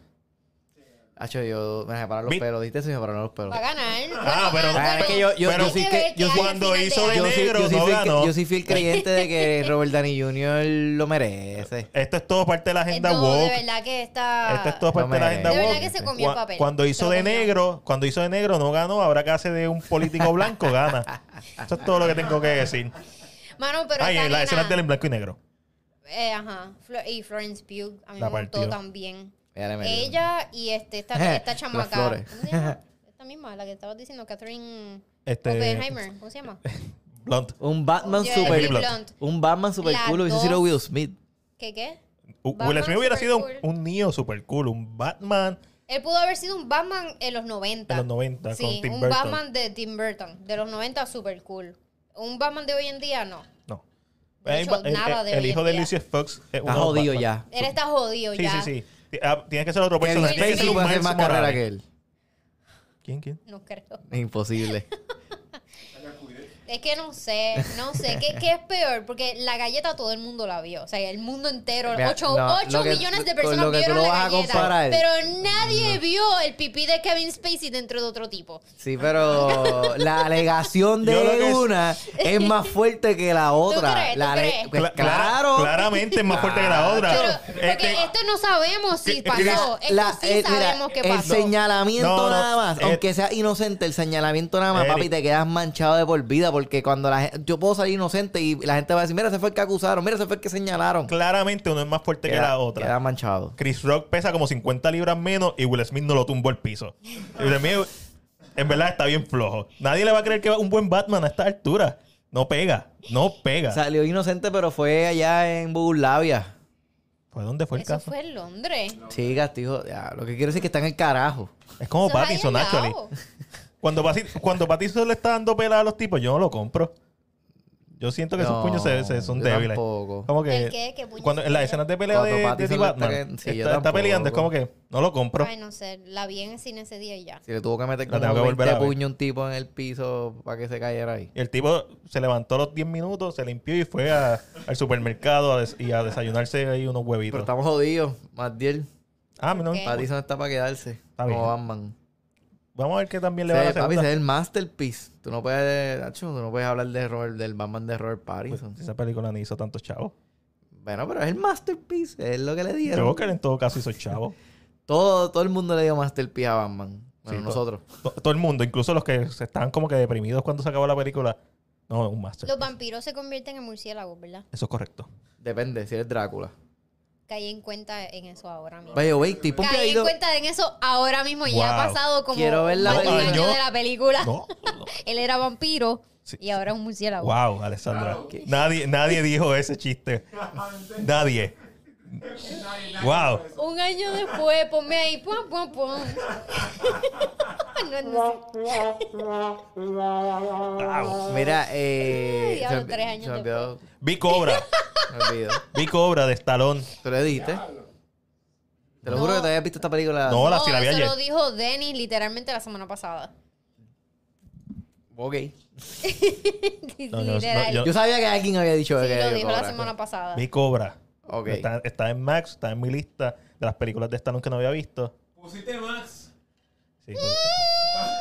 S2: Hacho, yo me separaron los
S1: Vi-
S2: pelos, ¿viste eso? Me separaron los pelos.
S3: Va a ganar.
S1: Ah, pero-
S2: Ah, es que yo, yo,
S1: Pero
S2: yo sí
S3: hay que
S2: que,
S3: ver
S2: yo
S3: qué
S2: sí-
S3: hay al
S1: cuando
S3: final
S1: hizo
S3: de
S1: de
S3: año.
S2: yo sí-
S1: negro,
S2: yo sí
S1: no
S2: fui el-
S1: ganó.
S2: yo sí fui el creyente de que Robert Downey Jr. lo merece.
S1: Esto es todo parte de la agenda
S3: No,
S1: woke.
S3: de verdad que está...
S1: Esto este es todo
S2: No
S1: parte de la
S2: me-
S1: agenda
S2: De
S1: woke.
S2: verdad que se
S3: comió el
S1: Cua-
S3: papel.
S1: Cuando
S3: Se
S1: hizo
S3: lo
S1: de
S3: comió.
S1: negro, cuando hizo de negro no ganó, ahora que hace de un político blanco gana. Eso es todo lo que tengo que decir.
S3: Mano, pero
S1: Ay,
S3: esta
S1: la escena
S3: nena-
S1: del en blanco y negro.
S3: Eh, ajá. Flo- y Florence Pugh a mí
S1: La
S3: me gustó
S1: partió.
S3: también.
S2: Ella le metió.
S3: Ella y este, esta, esta
S2: Las
S3: chamaca.
S2: flores.
S3: ¿Cómo se llama? Esta misma, la que estabas diciendo, Catherine
S1: Este-
S3: Oppenheimer. ¿Cómo se llama?
S1: Blunt.
S2: Un Batman
S3: Yeah,
S2: super...
S1: Emily Blunt.
S2: Un Batman super
S3: Las
S2: cool hubiese sido
S3: dos.
S2: Will Smith.
S3: ¿Qué qué?
S1: U-
S3: Batman
S1: Will Smith hubiera
S3: super
S1: sido
S3: cool.
S1: un, un Neo super cool, un Batman.
S3: Él pudo haber sido un Batman en los 90.
S1: En los 90,
S3: sí,
S1: con Tim
S3: un
S1: Burton.
S3: Batman de Tim Burton. De los 90, super cool. Un Batman de hoy en día, no.
S1: No.
S3: De hecho,
S1: el,
S3: nada de
S1: el
S3: hoy en
S1: hijo de
S3: día.
S1: Lucius Fox es
S2: Está
S1: uno
S2: jodido
S1: Batman.
S2: ya.
S3: Él está jodido
S1: Sí,
S3: ya.
S1: sí, sí. T- ah, Tiene que ser otro
S2: Kevin
S1: personaje. Tiene que ser
S2: Spacey
S1: un
S2: puede hacer
S1: Miles
S2: más
S1: Morales.
S2: carrera que él.
S1: ¿Quién, quién?
S3: No creo.
S2: Es imposible.
S3: Es que no sé, no sé. ¿Qué, qué es peor? Porque la galleta todo el mundo la vio. O sea, el mundo entero,
S2: Mira,
S3: 8,
S2: no, lo que-
S3: millones de
S2: con
S3: personas
S2: lo que tú
S3: vieron
S2: lo
S3: la
S2: vas a
S3: galleta.
S2: comparar. Mm.
S3: Pero nadie vio el pipí de Kevin Spacey dentro de otro tipo.
S2: Sí, pero la alegación
S1: Yo lo
S2: de
S1: que-
S2: una es más fuerte que la otra.
S3: crees? ¿Tú
S2: La ale-
S3: crees?
S2: Pues,
S1: Cla-
S2: claro.
S1: Claramente es más fuerte que la otra.
S3: Pero, porque
S1: Este-
S3: esto no sabemos si
S1: que- que-
S3: pasó. Esto
S2: La-
S3: sí
S2: eh, mira,
S3: sabemos que
S2: El
S3: pasó.
S2: señalamiento
S1: No, no,
S2: nada más,
S1: eh,
S2: aunque sea inocente, el señalamiento nada más,
S1: Eric.
S2: papi, te quedas manchado de por vida porque cuando la gente, yo puedo salir inocente y la gente va a decir, mira, ese fue el que acusaron, mira, ese fue el que señalaron.
S1: claramente uno es más fuerte que la otra.
S2: Queda manchado.
S1: Chris Rock pesa como 50 libras menos y Will Smith no lo tumbó al piso. Y Will Smith, en verdad, está bien flojo. Nadie le va a creer que va un buen Batman a esta altura. No pega, no pega.
S2: Salió inocente, pero fue allá en Bugurlavia.
S1: ¿Pues dónde fue el
S3: Eso
S1: caso?
S3: fue en Londres.
S2: Sí, castigo. ya, lo que quiero decir es que está en el carajo.
S1: Es como
S3: Eso es ahí
S1: Pattinson,
S3: al
S1: actually.
S3: lado.
S1: Cuando, Pati- cuando Pattinson le está dando pelada a los tipos, yo no lo compro. Yo siento que sus puños se, se- son
S2: yo
S1: débiles.
S2: tampoco.
S1: Como que.
S3: ¿El qué? ¿Qué puños
S1: cuando en las escenas de pelea
S2: Cuando
S1: de,
S2: Patty
S1: de
S2: se
S1: The
S2: lo
S1: Batman,
S2: está que- sí, yo
S1: está, está peleando, es como
S2: tampoco.
S1: que no lo compro.
S3: Ay, no sé, la vi en el cine ese día y ya.
S2: Si le tuvo que meter
S1: La
S2: como
S1: tengo que volver
S2: 20
S1: a ver.
S2: puños un tipo en el piso para que se cayera ahí.
S1: Y el tipo se levantó a los 10 minutos, se limpió y fue a- al supermercado a des- y a desayunarse ahí unos
S2: Pero
S1: huevitos.
S2: estamos jodidos. Más 10.
S1: Ah, no,
S3: ¿Qué?
S2: Pattinson está para quedarse.
S1: bien.
S2: Como Batman.
S1: vamos a ver qué también le va a
S2: Se,
S1: hacer.
S2: papi, ese es el masterpiece. Tú no puedes, Nacho, tú no puedes hablar de Robert, del Batman de Robert Pattinson.
S1: Esa película ni hizo tantos chavos.
S2: Bueno, pero es el masterpiece. Es lo que le dieron.
S1: Joker en todo caso hizo chavos.
S2: Todo, todo el mundo le dio masterpiece a Batman. Bueno,
S1: Sí,
S2: nosotros.
S1: To- todo el mundo, incluso los que se estaban como que deprimidos cuando se acabó la película. No, un master.
S3: Los vampiros se convierten en murciélagos, ¿verdad?
S1: Eso es correcto.
S2: Depende, si eres Drácula.
S3: Caí en cuenta en eso ahora mismo.
S2: Vaya, wey, tipo un
S3: Caí en
S2: piadito.
S3: cuenta en eso ahora mismo. Ya ha
S1: Wow.
S3: pasado como
S2: Quiero ver la
S3: más de un
S1: película.
S3: año de la película.
S1: No.
S3: Él era vampiro
S1: Sí.
S3: y ahora es un murciélago.
S1: Wow, Alessandra. Nadie, nadie dijo ese chiste. Nadie. Wow.
S3: Un año después, ponme ahí, pum, pum, pum. No, no sé.
S1: Wow.
S2: Mira, eh.
S3: diablo,
S2: se me-
S3: tres años
S2: se me olvidó.
S1: Vi Cobra.
S2: Se me olvidó.
S1: Vi Cobra de Stallone.
S2: ¿Tú le dijiste? Te lo juro que te habías visto esta película.
S1: No, la
S3: No,
S1: si la vi
S3: eso
S1: ayer.
S3: lo dijo Denny literalmente la semana pasada.
S2: Ok.
S1: No, no,
S3: Literal.
S1: no, yo-
S2: Yo sabía que alguien había dicho
S3: Sí,
S2: que
S3: lo
S2: yo
S3: dijo la
S2: cobra.
S3: semana pasada.
S1: Vi Cobra.
S2: Ok.
S1: Está, está en Max, está en mi lista de las películas de Stallone que no había visto.
S4: Pusiste Max.
S1: Sí, puse,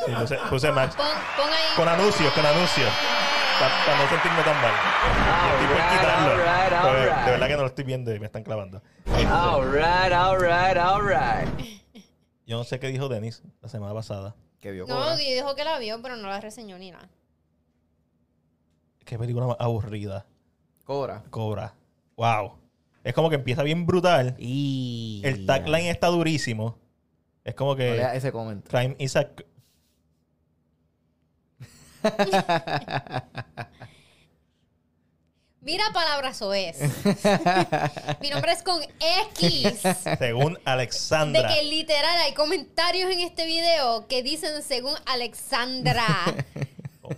S1: sí, puse- puse Max.
S3: Pon, pon ahí.
S1: Con anuncios, con anuncios. Para no sentirme tan mal. Estoy por
S5: Alright,
S1: quitarlo.
S5: alright,
S1: Pero de-
S5: alright.
S1: De verdad que no lo estoy viendo y me están clavando.
S5: All right, all right, all right.
S1: Yo no sé qué dijo Denis la semana pasada.
S2: Que vio
S3: No,
S2: Cobra.
S3: y dijo que la vio, pero no la reseñó ni nada.
S1: Qué película más aburrida.
S2: Cobra.
S1: Cobra. Wow. Es como que empieza bien brutal.
S2: Y.
S1: El tagline está durísimo. Es como
S2: No leas
S1: que
S2: ese comentario.
S1: Crime is a c-
S3: Mira palabras soez. Mi nombre es con X.
S1: según
S3: De
S1: Alexandra.
S3: que literal hay comentarios en este video que dicen según Alexandra.
S1: Oh,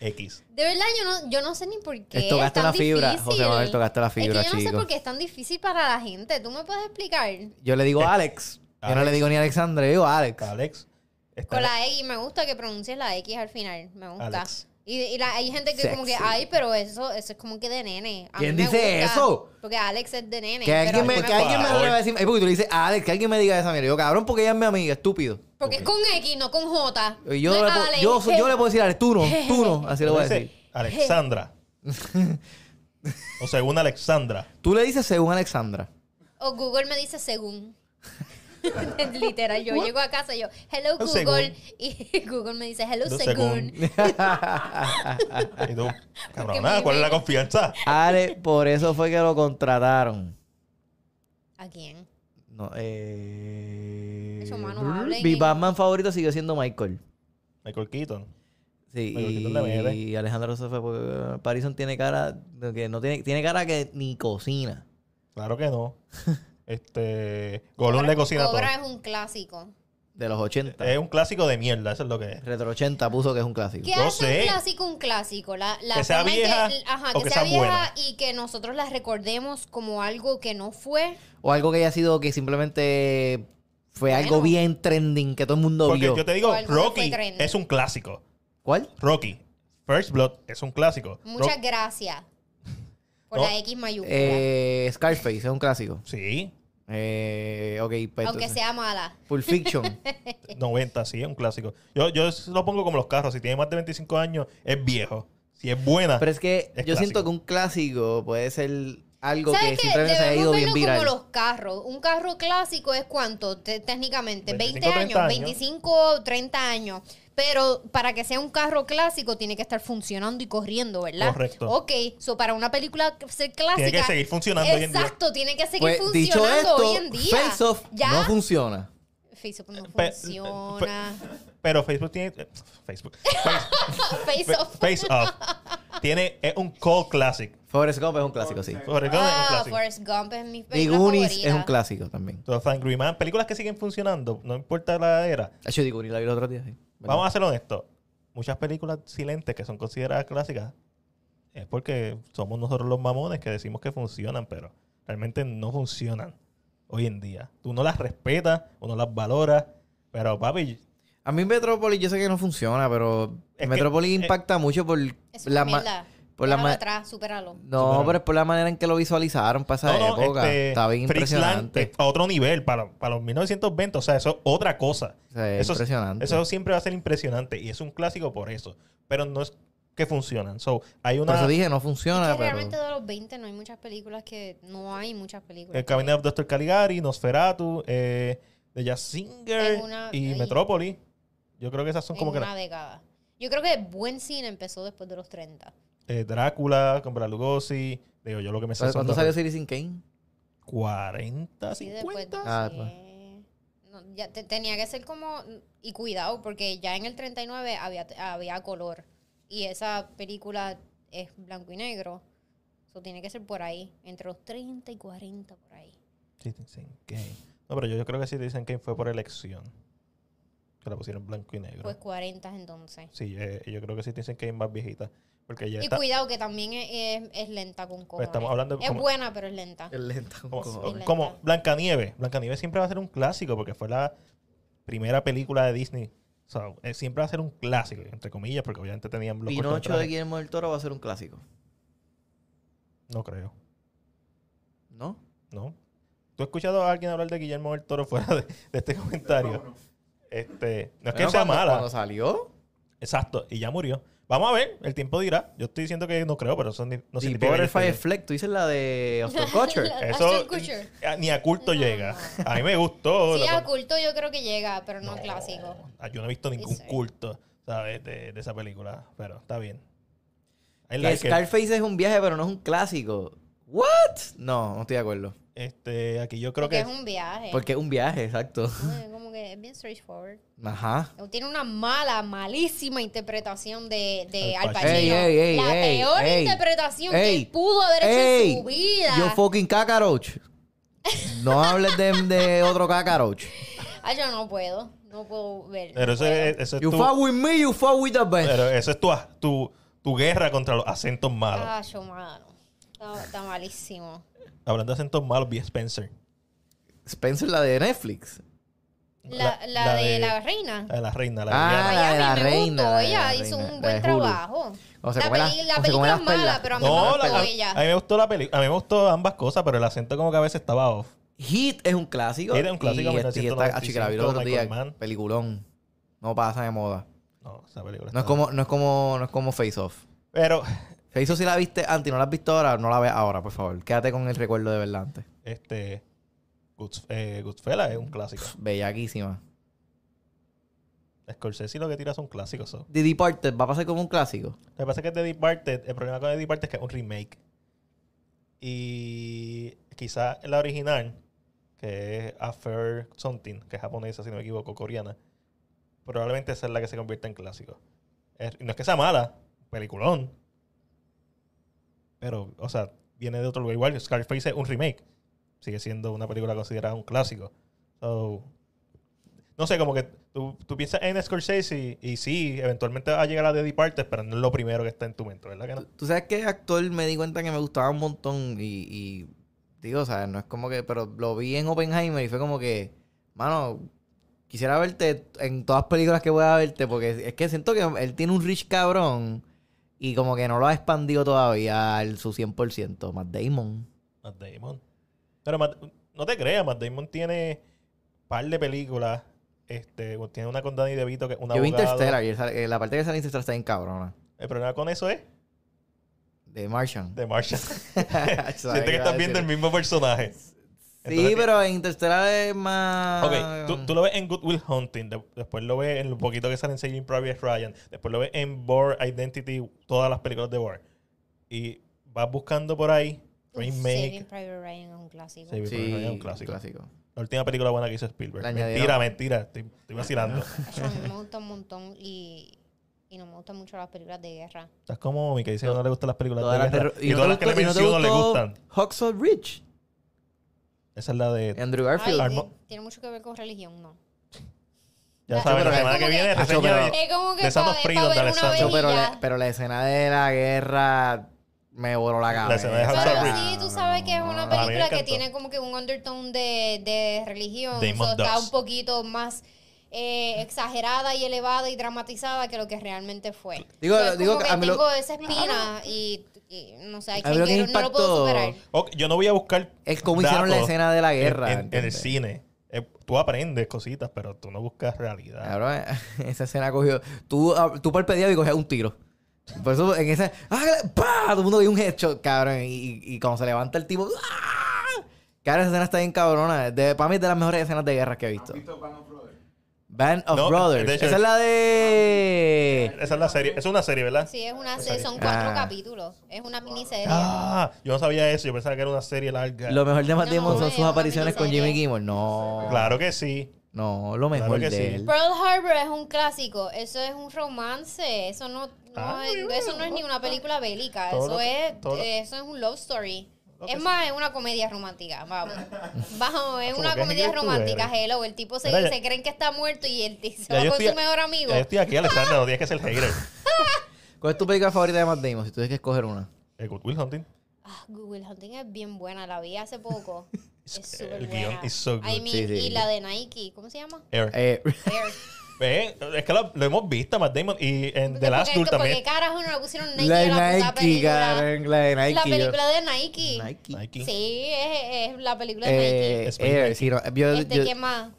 S1: X.
S3: De verdad, yo no, yo no sé ni por qué.
S2: Esto gasta
S3: es
S2: la
S3: tan
S2: fibra,
S3: difícil.
S2: José Manuel, esto gasta la fibra,
S3: Es que yo no sé
S2: chico.
S3: por qué es tan difícil para la gente. ¿Tú me puedes explicar?
S2: Yo le
S1: Eh,
S2: digo Alex. Yo no le digo ni Alexandre, yo digo Alex.
S1: Alex. Está-
S3: Con la X, me gusta que pronuncies la X al final. Me gusta.
S1: Alex.
S3: Y, y la- hay gente que como que,
S2: Sexy.
S3: ay, pero eso, eso es como que de nene. A mí
S2: ¿Quién
S3: me
S2: dice
S3: gusta,
S2: eso?
S3: Porque Alex es de nene.
S2: Que
S3: pero
S2: alguien
S3: a
S2: me,
S3: mí
S2: que
S1: por
S2: alguien me
S1: favor.
S2: atreve a decir. Ay, porque tú le dices Alex, que alguien me diga esa mierda. Yo, cabrón, porque ella es mi amiga, estúpido.
S3: Porque es con X, no con J.
S2: Y Yo,
S3: No
S2: no
S3: es
S2: le puedo,
S3: Alex.
S2: yo, soy- yo le puedo decir Alex, tú no, tú no. Así le voy a
S1: Dice
S2: decir.
S1: Alexandra. o según Alexandra.
S2: Tú le dices según Alexandra.
S3: O Google me dice según. Literal, yo llego a casa y yo, hello
S1: Hello,
S3: Google. Y Google me dice, hello
S1: Hello,
S3: según.
S1: Y tú, cabrón,
S3: mi
S1: ¿cuál es la
S3: mente-
S1: confianza?
S2: Ale, por eso fue que lo contrataron.
S3: ¿A quién?
S2: No, eh...
S3: Eso, mano, hablen
S2: Mi
S3: en-
S2: Batman favorito siguió siendo Michael.
S1: Michael Keaton.
S2: Sí,
S1: Michael
S2: y,
S1: Keaton le bebe.
S2: y Alejandro se fue porque Parison tiene cara de que no tiene, tiene cara que ni cocina.
S1: Claro que no. Este. Golón le cocina todo.
S3: Cobra es un clásico.
S2: De los 80.
S1: Es un clásico de mierda, eso es lo que es.
S2: Retro 80 puso que es un clásico.
S3: ¿Qué
S1: No
S3: hace
S1: sé.
S3: un clásico un clásico? La, la
S1: Que sea
S3: forma en
S1: vieja
S3: ajá,
S1: o
S3: que,
S1: que
S3: sea
S1: sea
S3: vieja
S1: buena.
S3: y que nosotros la recordemos como algo que no fue.
S2: O algo que haya sido que simplemente fue
S3: Bueno.
S2: algo bien trending que todo el mundo
S1: Porque
S2: vio.
S1: yo te digo,
S3: O algo que fue
S1: Rocky
S3: trendy.
S1: es un clásico.
S2: ¿Cuál?
S1: Rocky, First Blood es un clásico.
S3: Muchas
S1: Ro-
S3: gracias por
S1: No.
S3: la X mayúscula.
S2: Eh, Scarface es un clásico.
S1: Sí,
S2: Eh, ok, pues,
S3: aunque sea mala.
S2: Pulp Fiction.
S1: 90, sí, es un clásico. Yo, yo lo pongo como los carros. Si tiene más de 25 años, es viejo. Si es buena,
S2: Pero es que
S1: Es
S2: yo siento
S1: clásico.
S2: que un clásico puede ser algo que
S3: ¿Sabes qué?
S2: simplemente se haya ido
S3: Debemos
S2: bien viral.
S3: verlo como los carros. Un carro clásico es cuánto, Te- técnicamente, 20
S1: 25,
S3: años,
S1: 30 años.
S3: 25, 30 años. Pero para que sea un carro clásico tiene que estar funcionando y corriendo, ¿verdad?
S1: Correcto.
S3: Ok, so para una película ser clásica...
S1: tiene que seguir funcionando hoy en día.
S3: Exacto, tiene que seguir
S2: Pues, dicho
S3: funcionando
S2: esto,
S3: hoy en día.
S2: Face Off
S3: ¿Ya?
S2: no funciona.
S3: Facebook no
S1: Pe-
S3: funciona.
S1: Pero Facebook tiene. eh, Facebook.
S3: Face
S1: Fa-
S3: Off.
S1: Face Off. Tiene, es un cult classic.
S2: Forrest Gump es un clásico, sí.
S1: Sobre todo es un
S3: Ah,
S1: clásico.
S3: Forrest Gump es mi
S2: Y
S3: película
S2: Goonies
S3: favorita.
S2: es un clásico también.
S1: Entonces, Angry Man, películas que siguen funcionando, no importa la era.
S2: De hecho, The Goonies la vi el otro día. sí.
S1: Vamos a ser honestos. Muchas películas silentes que son consideradas clásicas es porque somos nosotros los mamones que decimos que funcionan, pero realmente no funcionan hoy en día. Tú no las respetas o no las valoras, pero papi,
S2: A mí Metrópolis yo sé que no funciona, pero
S1: Es que-
S2: Metrópolis
S1: eh,
S2: impacta mucho por
S3: Es
S2: la
S3: la
S2: ma-
S3: mierda.
S2: por la
S3: Déjalo
S2: ma-
S3: atrás, supéralo.
S2: No,
S1: Superman.
S2: pero es por la manera en que lo visualizaron para esa
S1: No, no,
S2: época.
S1: este, eh,
S2: Está bien
S1: Fritzland
S2: impresionante.
S1: es a otro nivel, para, para los 1920, o sea, eso es otra cosa.
S2: O sea, es
S1: eso, es-
S2: impresionante.
S1: eso siempre va a ser impresionante y es un clásico por eso. Pero no es que funcionan. So, hay
S2: Por eso
S1: una.
S2: dije, no funciona,
S3: que
S2: pero...
S3: realmente de los 20 no hay muchas películas que... No hay muchas películas.
S1: El Cabinet of Dr. Caligari, Nosferatu, eh, The Jazz Singer
S3: En una-
S1: y
S3: ay.
S1: Metrópoli. Yo creo que esas son
S3: en
S1: como que.
S3: una década. Yo creo que buen cine empezó después de los 30.
S1: eh, Drácula, con Bela Lugosi. Digo, yo lo que me sé son
S2: ¿Cuándo
S1: los
S2: salió Citizen Kane?
S1: 40,
S3: Sí, después
S1: 50.
S2: Ah,
S3: sí.
S1: pues.
S3: No, ya te- tenía que ser como... Y cuidado, porque ya en el 39 había, había color. Y esa película es blanco y negro. Eso tiene que ser por ahí. Entre los 30 y 40, por ahí.
S1: Citizen Kane. No, pero yo, yo creo que Citizen Kane fue por elección. Que la pusieron blanco y negro.
S3: Pues 40 entonces.
S1: Sí, eh, yo creo que Citizen Kane es más viejita. Porque ya
S3: Y
S1: está. Pues
S3: cuidado que también es, es- es lenta con cojones.
S1: estamos hablando de
S3: es
S1: como-
S3: buena, pero es lenta.
S2: El lento.
S1: Como,
S3: cojones.
S1: como Blancanieves. Blancanieves siempre va a ser un clásico porque fue la primera película de Disney. So, eh, siempre va a ser un clásico, entre comillas, porque obviamente tenían los
S2: Pinocho de
S1: cortometrajes.
S2: Guillermo del Toro va a ser un clásico,
S1: No creo,
S2: ¿no?
S1: ¿no? ¿Tú has escuchado a alguien hablar de Guillermo del Toro fuera de, de este comentario? Este, no es que
S2: Bueno,
S1: sea
S2: cuando-
S1: mala.
S2: Cuando salió,
S1: Exacto, y ya murió. Vamos a ver, el tiempo dirá. Yo estoy diciendo que no creo, pero eso ni- no
S2: The
S1: significa que yo
S2: Butterfly
S1: esté
S2: Effect, tú dices la de Austin Kutcher.
S3: La-
S1: Eso
S3: Ashton Kutcher.
S1: eh, ni a culto
S3: No,
S1: llega.
S3: no.
S1: A mí me gustó.
S3: Sí,
S1: lo
S3: a
S1: pon-
S3: culto yo creo que llega, pero no, clásico.
S1: Ah, Yo no he visto ningún
S3: Sí.
S1: culto, ¿sabes? De, de esa película. Pero está bien. I
S2: Que
S1: like it.
S2: Scarface es un viaje, pero no es un clásico. ¿What? No, no estoy de acuerdo.
S1: Este, aquí yo creo
S3: Porque
S1: que.
S3: es un viaje.
S2: Porque es un viaje, exacto.
S3: Eh, Como que es bien straightforward.
S2: Ajá.
S3: Tiene una mala, malísima interpretación de, de
S1: Al
S3: Al
S1: Pacino.
S3: Pacino.
S2: Ey, ey, ey,
S3: la
S2: ey,
S3: peor
S2: ey,
S3: interpretación que
S2: ey,
S3: él pudo haber hecho en
S2: ¡Ey!
S3: su vida.
S2: Yo fucking cacaroch. No hables de, de otro cacaroch.
S3: Ah, yo no puedo. No puedo ver.
S1: Pero
S3: no
S1: eso
S3: puedo.
S1: es, eso es
S2: You
S1: tu,
S2: fuck with me, you fuck with the best.
S1: pero eso es tu, tu, tu guerra contra los acentos malos.
S3: Ah, yo mano. Está, está malísimo.
S1: Hablando de acentos malos, vi Spencer.
S2: Spencer, la de Netflix.
S3: La,
S1: La-
S3: la
S1: la
S3: de,
S1: de-
S3: la reina.
S1: La de la reina, la
S2: Ah,
S1: villana.
S2: la de
S3: Ay,
S2: la
S3: a mí me
S2: reina,
S3: gustó.
S2: la de
S3: Ella
S2: la
S3: hizo
S2: reina,
S3: un
S2: la de
S3: buen
S2: Hulu.
S3: trabajo.
S2: O se
S3: la,
S2: come las-
S3: peli- la
S2: o se come
S3: película
S2: las
S3: es mala,
S2: perlas.
S3: pero a mí me
S1: No,
S3: gustó
S1: la- la-
S3: ella.
S1: a mí me gustó la película. A mí me gustó ambas cosas, pero el acento como que a veces estaba off.
S2: Hit es un clásico.
S1: Hit es un clásico,
S2: Y, este- y esta-
S1: 1995,
S2: ah, chica, la vi el otro
S1: Michael
S2: día.
S1: Mann.
S2: Peliculón. No pasa de moda.
S1: No, esa película.
S2: No es
S1: estaba-
S2: como, no es como, no es como Face Off.
S1: Pero,
S2: Face Off si la viste antes y no la has visto ahora, no la veas ahora, por favor. Quédate con el recuerdo de verla antes.
S1: este. Goods, eh, Goodfellas es un clásico.
S2: Bellaquísima.
S1: Scorsese lo que tira son clásicos. so.
S2: The Departed va a pasar como un clásico.
S1: Lo que pasa es que The Departed, el problema con The Departed es que es un remake. Y quizá la original, que es A Fair Something, que es japonesa, si no me equivoco, coreana, probablemente esa es la que se convierta en clásico. Es- no es que sea mala, peliculón. Pero, o sea, viene de otro lugar igual. Scarface es un remake. Sigue siendo una película considerada un clásico. So, no sé, como que tú, tú piensas en Scorsese y, y sí, eventualmente va a llegar a The Departed, pero no es lo primero que está en tu mente, ¿verdad que no?
S2: Tú- Tú sabes que actor me di cuenta que me gustaba un montón y, y digo, o sea, no es como que, pero lo vi en Oppenheimer y fue como que, mano, quisiera verte en todas las películas que pueda verte porque es que siento que él tiene un rich cabrón y como que no lo ha expandido todavía al su 100%, Matt Damon.
S1: Matt Damon. Pero Matt- no te creas, Matt Damon tiene par de películas. Este, tiene una con Danny DeVito que es un
S2: Yo vi
S1: abogado.
S2: Interstellar y él sale- eh, la parte que sale en Interstellar está bien cabrona.
S1: El problema con eso es
S2: De Martian.
S1: The Martian.
S2: Siente
S1: Siente que estás viendo el mismo personaje.
S2: Sí,
S1: Entonces- eh.
S2: pero en Interstellar es más.
S1: Ok, tú, tú lo ves en Good Will Hunting, de- después lo ves en lo poquito que sale en Saving Private Ryan, después lo ves en Bourne Identity, todas las películas de Bourne. Y vas buscando por ahí,
S3: Saving
S1: Remake,
S3: Private Ryan es un clásico.
S1: Saving
S2: Sí,
S1: Private Ryan, un clásico.
S2: clásico.
S1: La última película buena que hizo Spielberg.
S2: Le
S1: mentira,
S2: añadieron- Ah,
S1: mentira, estoy, estoy vacilando.
S3: Acho, a mí me gusta un montón y, y no me gustan mucho las películas de guerra.
S1: Estás como Omi, que dice que no le gustan las películas
S2: Todas
S1: de
S2: las de
S1: guerra,
S2: Ro-
S1: y, todas las que le
S2: y no te
S1: menciono le
S2: gustó
S1: gustan.
S2: Hacksaw Ridge.
S1: Esa es la de...
S2: Andrew
S3: Ay,
S2: Garfield.
S1: Armo-
S3: ti- tiene mucho que ver con religión, ¿no?
S1: Ya
S3: la-
S1: sabes, la
S2: pero-
S1: semana que
S3: como que-
S1: viene
S3: Acho,
S1: reseña
S2: pero-
S1: Eh, de-
S3: Es como que
S1: de Sound
S3: pa-
S1: of
S3: es pa'
S1: Freedom de
S3: ver una
S1: Alessandro.
S3: vez y
S2: pero,
S3: ya.
S2: la, pero la escena de la guerra me voló la
S1: La escena de
S2: cabeza.
S1: House of
S3: Pero
S1: Reed.
S3: sí, tú sabes que es
S1: no,
S3: una
S1: no. A mí me
S3: película que
S1: encantó.
S3: tiene como que un undertone de, de religión.
S1: Demon
S3: So, está
S1: Dogs.
S3: un poquito más eh, exagerada y elevada y dramatizada que lo que realmente fue.
S2: Digo-
S3: So, es
S2: digo
S3: como
S2: que
S3: que
S2: a mí lo-
S3: tengo esa espina y, y no sé, I
S2: A mí lo
S3: can't
S2: que
S3: get- no lo
S2: impactó-
S3: puedo superar.
S1: Ok, yo no voy a buscar.
S2: Es como hicieron la
S1: datos
S2: escena de la
S1: en-
S2: guerra.
S1: En, en el
S2: ¿entiendes?
S1: cine. Eh, tú aprendes cositas, pero tú no buscas realidad.
S2: Cabrón, eh, esa escena cogió. Tú, ah, tú parpadeabas y cogías un tiro. Por eso en esa. ¡Ah! ¡Pah! Todo el mundo dio un headshot, cabrón. Y, y cuando se levanta el tipo. ¡Ah! Cabrón, esa escena está bien cabrona. De, para mí es de las mejores escenas de guerra que he visto.
S4: Esto van a probar.
S2: Band of
S1: No,
S2: Brothers.
S1: de hecho-
S2: esa es la de.
S1: Eh, Esa es la serie. Es una serie, ¿verdad?
S3: Sí, es una, se- son cuatro
S2: Ah.
S3: capítulos. Es una miniserie.
S1: Ah, yo no sabía eso. Yo pensaba que era una serie larga.
S2: Lo mejor de Matt
S3: No,
S2: Damon son
S3: es
S2: sus
S3: una
S2: apariciones con Jimmy
S3: miniserie.
S2: Kimmel. No.
S1: Claro que sí.
S2: No, lo mejor
S1: Claro que
S2: de
S1: sí.
S2: él.
S3: Pearl Harbor es un clásico. Eso es un romance. Eso no, no
S1: Ah,
S3: es,
S1: bueno.
S3: eso no es ni una película bélica.
S1: Todo lo
S3: eso,
S1: que-
S3: es,
S1: todo lo-
S3: eso es un love story.
S1: Lo que
S3: Es más, es una comedia romántica, vamos. Vamos, es
S1: Como
S3: una
S1: que
S3: comedia
S1: eres tú,
S3: romántica,
S1: eres.
S3: hello. El tipo se,
S1: Mira, ya-
S3: se creen que está muerto y él se
S1: Ya
S3: va
S1: yo
S3: con
S1: estoy-
S3: su mejor amigo.
S1: Ya yo estoy aquí, Alexandra. No tienes que ser hater.
S2: ¿Cuál es tu película favorita de Matt Damon? Si tú tienes que escoger una.
S1: El Eh, Good Will Hunting.
S3: Ah, Google Hunting es bien buena, la vi hace poco. es
S1: El
S3: súper
S1: guión
S3: buena.
S1: is so
S3: I
S1: good.
S3: mean,
S2: Sí, sí,
S3: y
S2: sí.
S3: la de Nike, ¿cómo se llama?
S1: Air.
S2: Eh,
S3: Air.
S1: Ven, es que lo, lo hemos visto, Matt Damon. Y en The Last
S3: Porque-
S1: Duel también.
S3: Porque carajo no le pusieron Nike
S2: la de
S3: a la puta
S2: Nike,
S3: película.
S2: cabrón. La de Nike.
S3: la
S2: yo-
S3: película de Nike.
S2: Nike.
S1: Nike.
S3: Sí, es, es la película de Nike.
S2: Eh,
S1: Space
S2: Air,
S1: Nike.
S2: sí, no, yo,
S3: Este,
S2: yo-
S3: ¿qué más?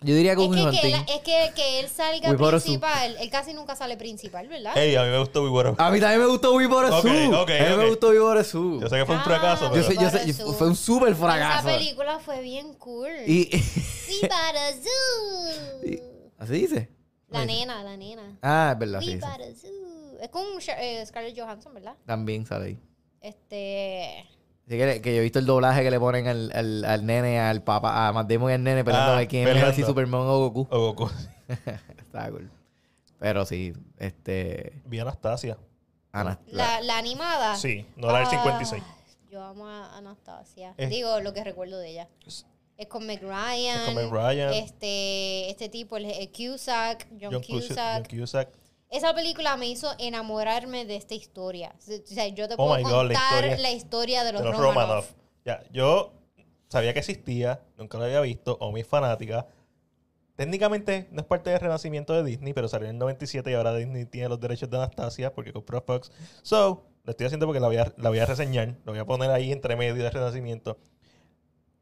S2: yo diría que
S3: Es
S2: un
S3: que, que
S2: hunting.
S3: él, es que, que él salga
S2: We bought a suit.
S3: principal. Él casi nunca sale principal, ¿verdad?
S1: Ey, a mí me gustó muy bueno.
S2: A mí también me gustó We Bought a
S1: Ok,
S2: Zoo.
S1: ok,
S2: a mí
S1: ok.
S2: me gustó We Bought a Zoo.
S1: Yo sé que fue un
S3: Ah,
S1: fracaso,
S2: Yo
S1: pero.
S2: sé, yo sé,
S3: We Bought a
S2: yo-
S3: Zoo.
S2: fue un súper
S3: Esa
S2: fracaso.
S3: película fue bien cool.
S2: Y,
S3: We bought a zoo.
S2: y- ¿Así dice?
S3: La nena, la nena.
S2: Ah, es verdad, sí.
S3: We
S2: dice.
S3: bought a zoo. Es con Sha- eh, Scarlett Johansson, ¿verdad?
S2: También sale ahí.
S3: Este.
S2: Así que, que yo he visto el doblaje que le ponen al, al, al nene, al papá, a Matt Damon y al nene peleando
S1: Ah,
S2: a ver quién es
S1: peleando.
S2: mejor, si Superman o Goku.
S1: O Goku.
S2: Está cool. Pero sí, este...
S1: Vi Anastasia.
S2: Ana,
S3: La, la animada.
S1: Sí, no la del
S3: Ah,
S1: 56.
S3: Yo amo a Anastasia.
S1: Es-
S3: Digo lo que recuerdo de ella.
S1: Es-
S3: Es con Meg Ryan.
S1: Es con Meg Ryan.
S3: Este, este tipo, el, el Cusack, John,
S1: John Cus- John
S3: Cusack.
S1: Cusack.
S3: Esa película me hizo enamorarme de esta historia. O sea, yo te
S1: Oh
S3: puedo
S1: my
S3: contar
S1: God, la
S3: la
S1: historia-
S3: historia, de los,
S1: de los
S3: Romanov.
S1: Romanov. Ya, yo sabía que existía, nunca lo había visto, o mis fanáticas. Técnicamente no es parte del renacimiento de Disney, pero salió en el 97 y ahora Disney tiene los derechos de Anastasia porque compró Fox. So, lo estoy haciendo porque la voy a, la voy a reseñar, lo voy a poner ahí entre medio del renacimiento.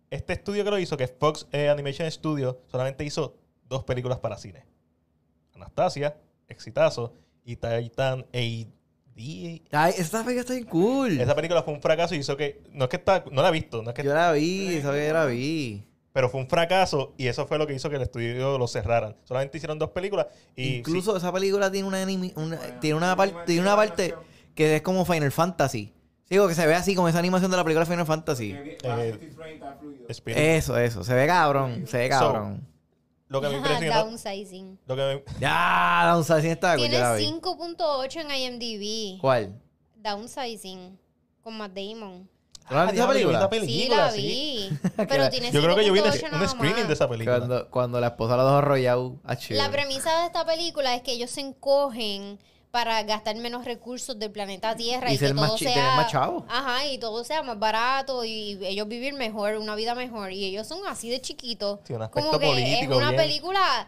S1: Este estudio que lo hizo, que es Fox eh, Animation Studio, solamente hizo dos películas para cine. Anastasia, Exitazo y Titan AD.
S2: Ay, esa película está bien cool.
S1: Esa película fue un fracaso y hizo que. No es que está. No la he visto, no es que.
S2: Yo la vi, esa película yo la vi.
S1: Pero fue un fracaso y eso fue lo que hizo que el estudio lo cerraran. Solamente hicieron dos películas y.
S2: Incluso esa película tiene una, animi- una- tiene una,
S4: tiene
S2: parte
S4: una
S2: tiene una parte
S4: animación.
S2: que es como Final Fantasy. Digo, que se ve así con esa animación de la película Final Fantasy.
S4: Que vi- va a 50 frame, Ah, está fluido.
S1: sí, eh, Spirit.
S2: Eso, eso. Se ve cabrón. Se ve
S1: So-
S2: cabrón.
S1: lo que me impresionó.
S3: Downsizing.
S1: lo que me-
S2: Ya, Downsizing está cool,
S3: Tiene
S2: yo la vi.
S3: 5.8 en IMDb.
S2: ¿Cuál?
S3: Downsizing. Con Matt Damon.
S2: ¿Tú no has visto esa
S1: Ah, diablo, yo vi
S2: película?
S1: esta
S3: Sí, la
S1: película,
S3: vi.
S1: sí.
S3: Pero tiene 5.8
S1: Yo creo que yo vi
S3: nada
S1: un
S3: más.
S1: screening de esa película.
S2: Cuando, cuando la esposa lo dejó arrollado. Ah,
S3: La
S2: chido.
S3: premisa de esta película es que ellos se encogen para gastar menos recursos del planeta Tierra
S2: Y
S3: y,
S2: ser
S3: que
S2: más
S3: todo
S2: chi-
S3: sea
S2: tener más chavo.
S3: Ajá, y todo sea más barato y ellos vivir mejor, una vida mejor y ellos son así de chiquitos.
S1: Sí, un aspecto
S3: Como que es
S1: político
S3: una
S1: bien.
S3: película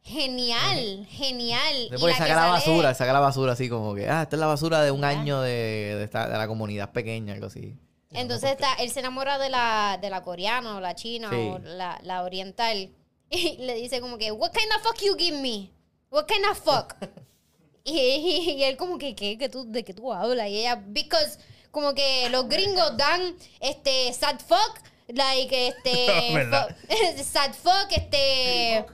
S3: genial, genial. Y
S2: Después
S3: la
S2: saca
S3: que
S2: la
S3: sale-
S2: basura, saca la basura así como que, ah, esta es la basura de un año de, de esta- de la comunidad pequeña, algo así.
S3: Entonces está, él se enamora de la, de la coreana o la china
S2: Sí.
S3: o la, la oriental. Y le dice como que, what kind of fuck you give me? What kind of fuck? y, y- y él como que, ¿qué? ¿Qué tú, ¿De qué tú hablas? Y ella, because como que los gringos dan este sad fuck, like este
S1: ¿Verdad?
S3: fu- sad fuck, este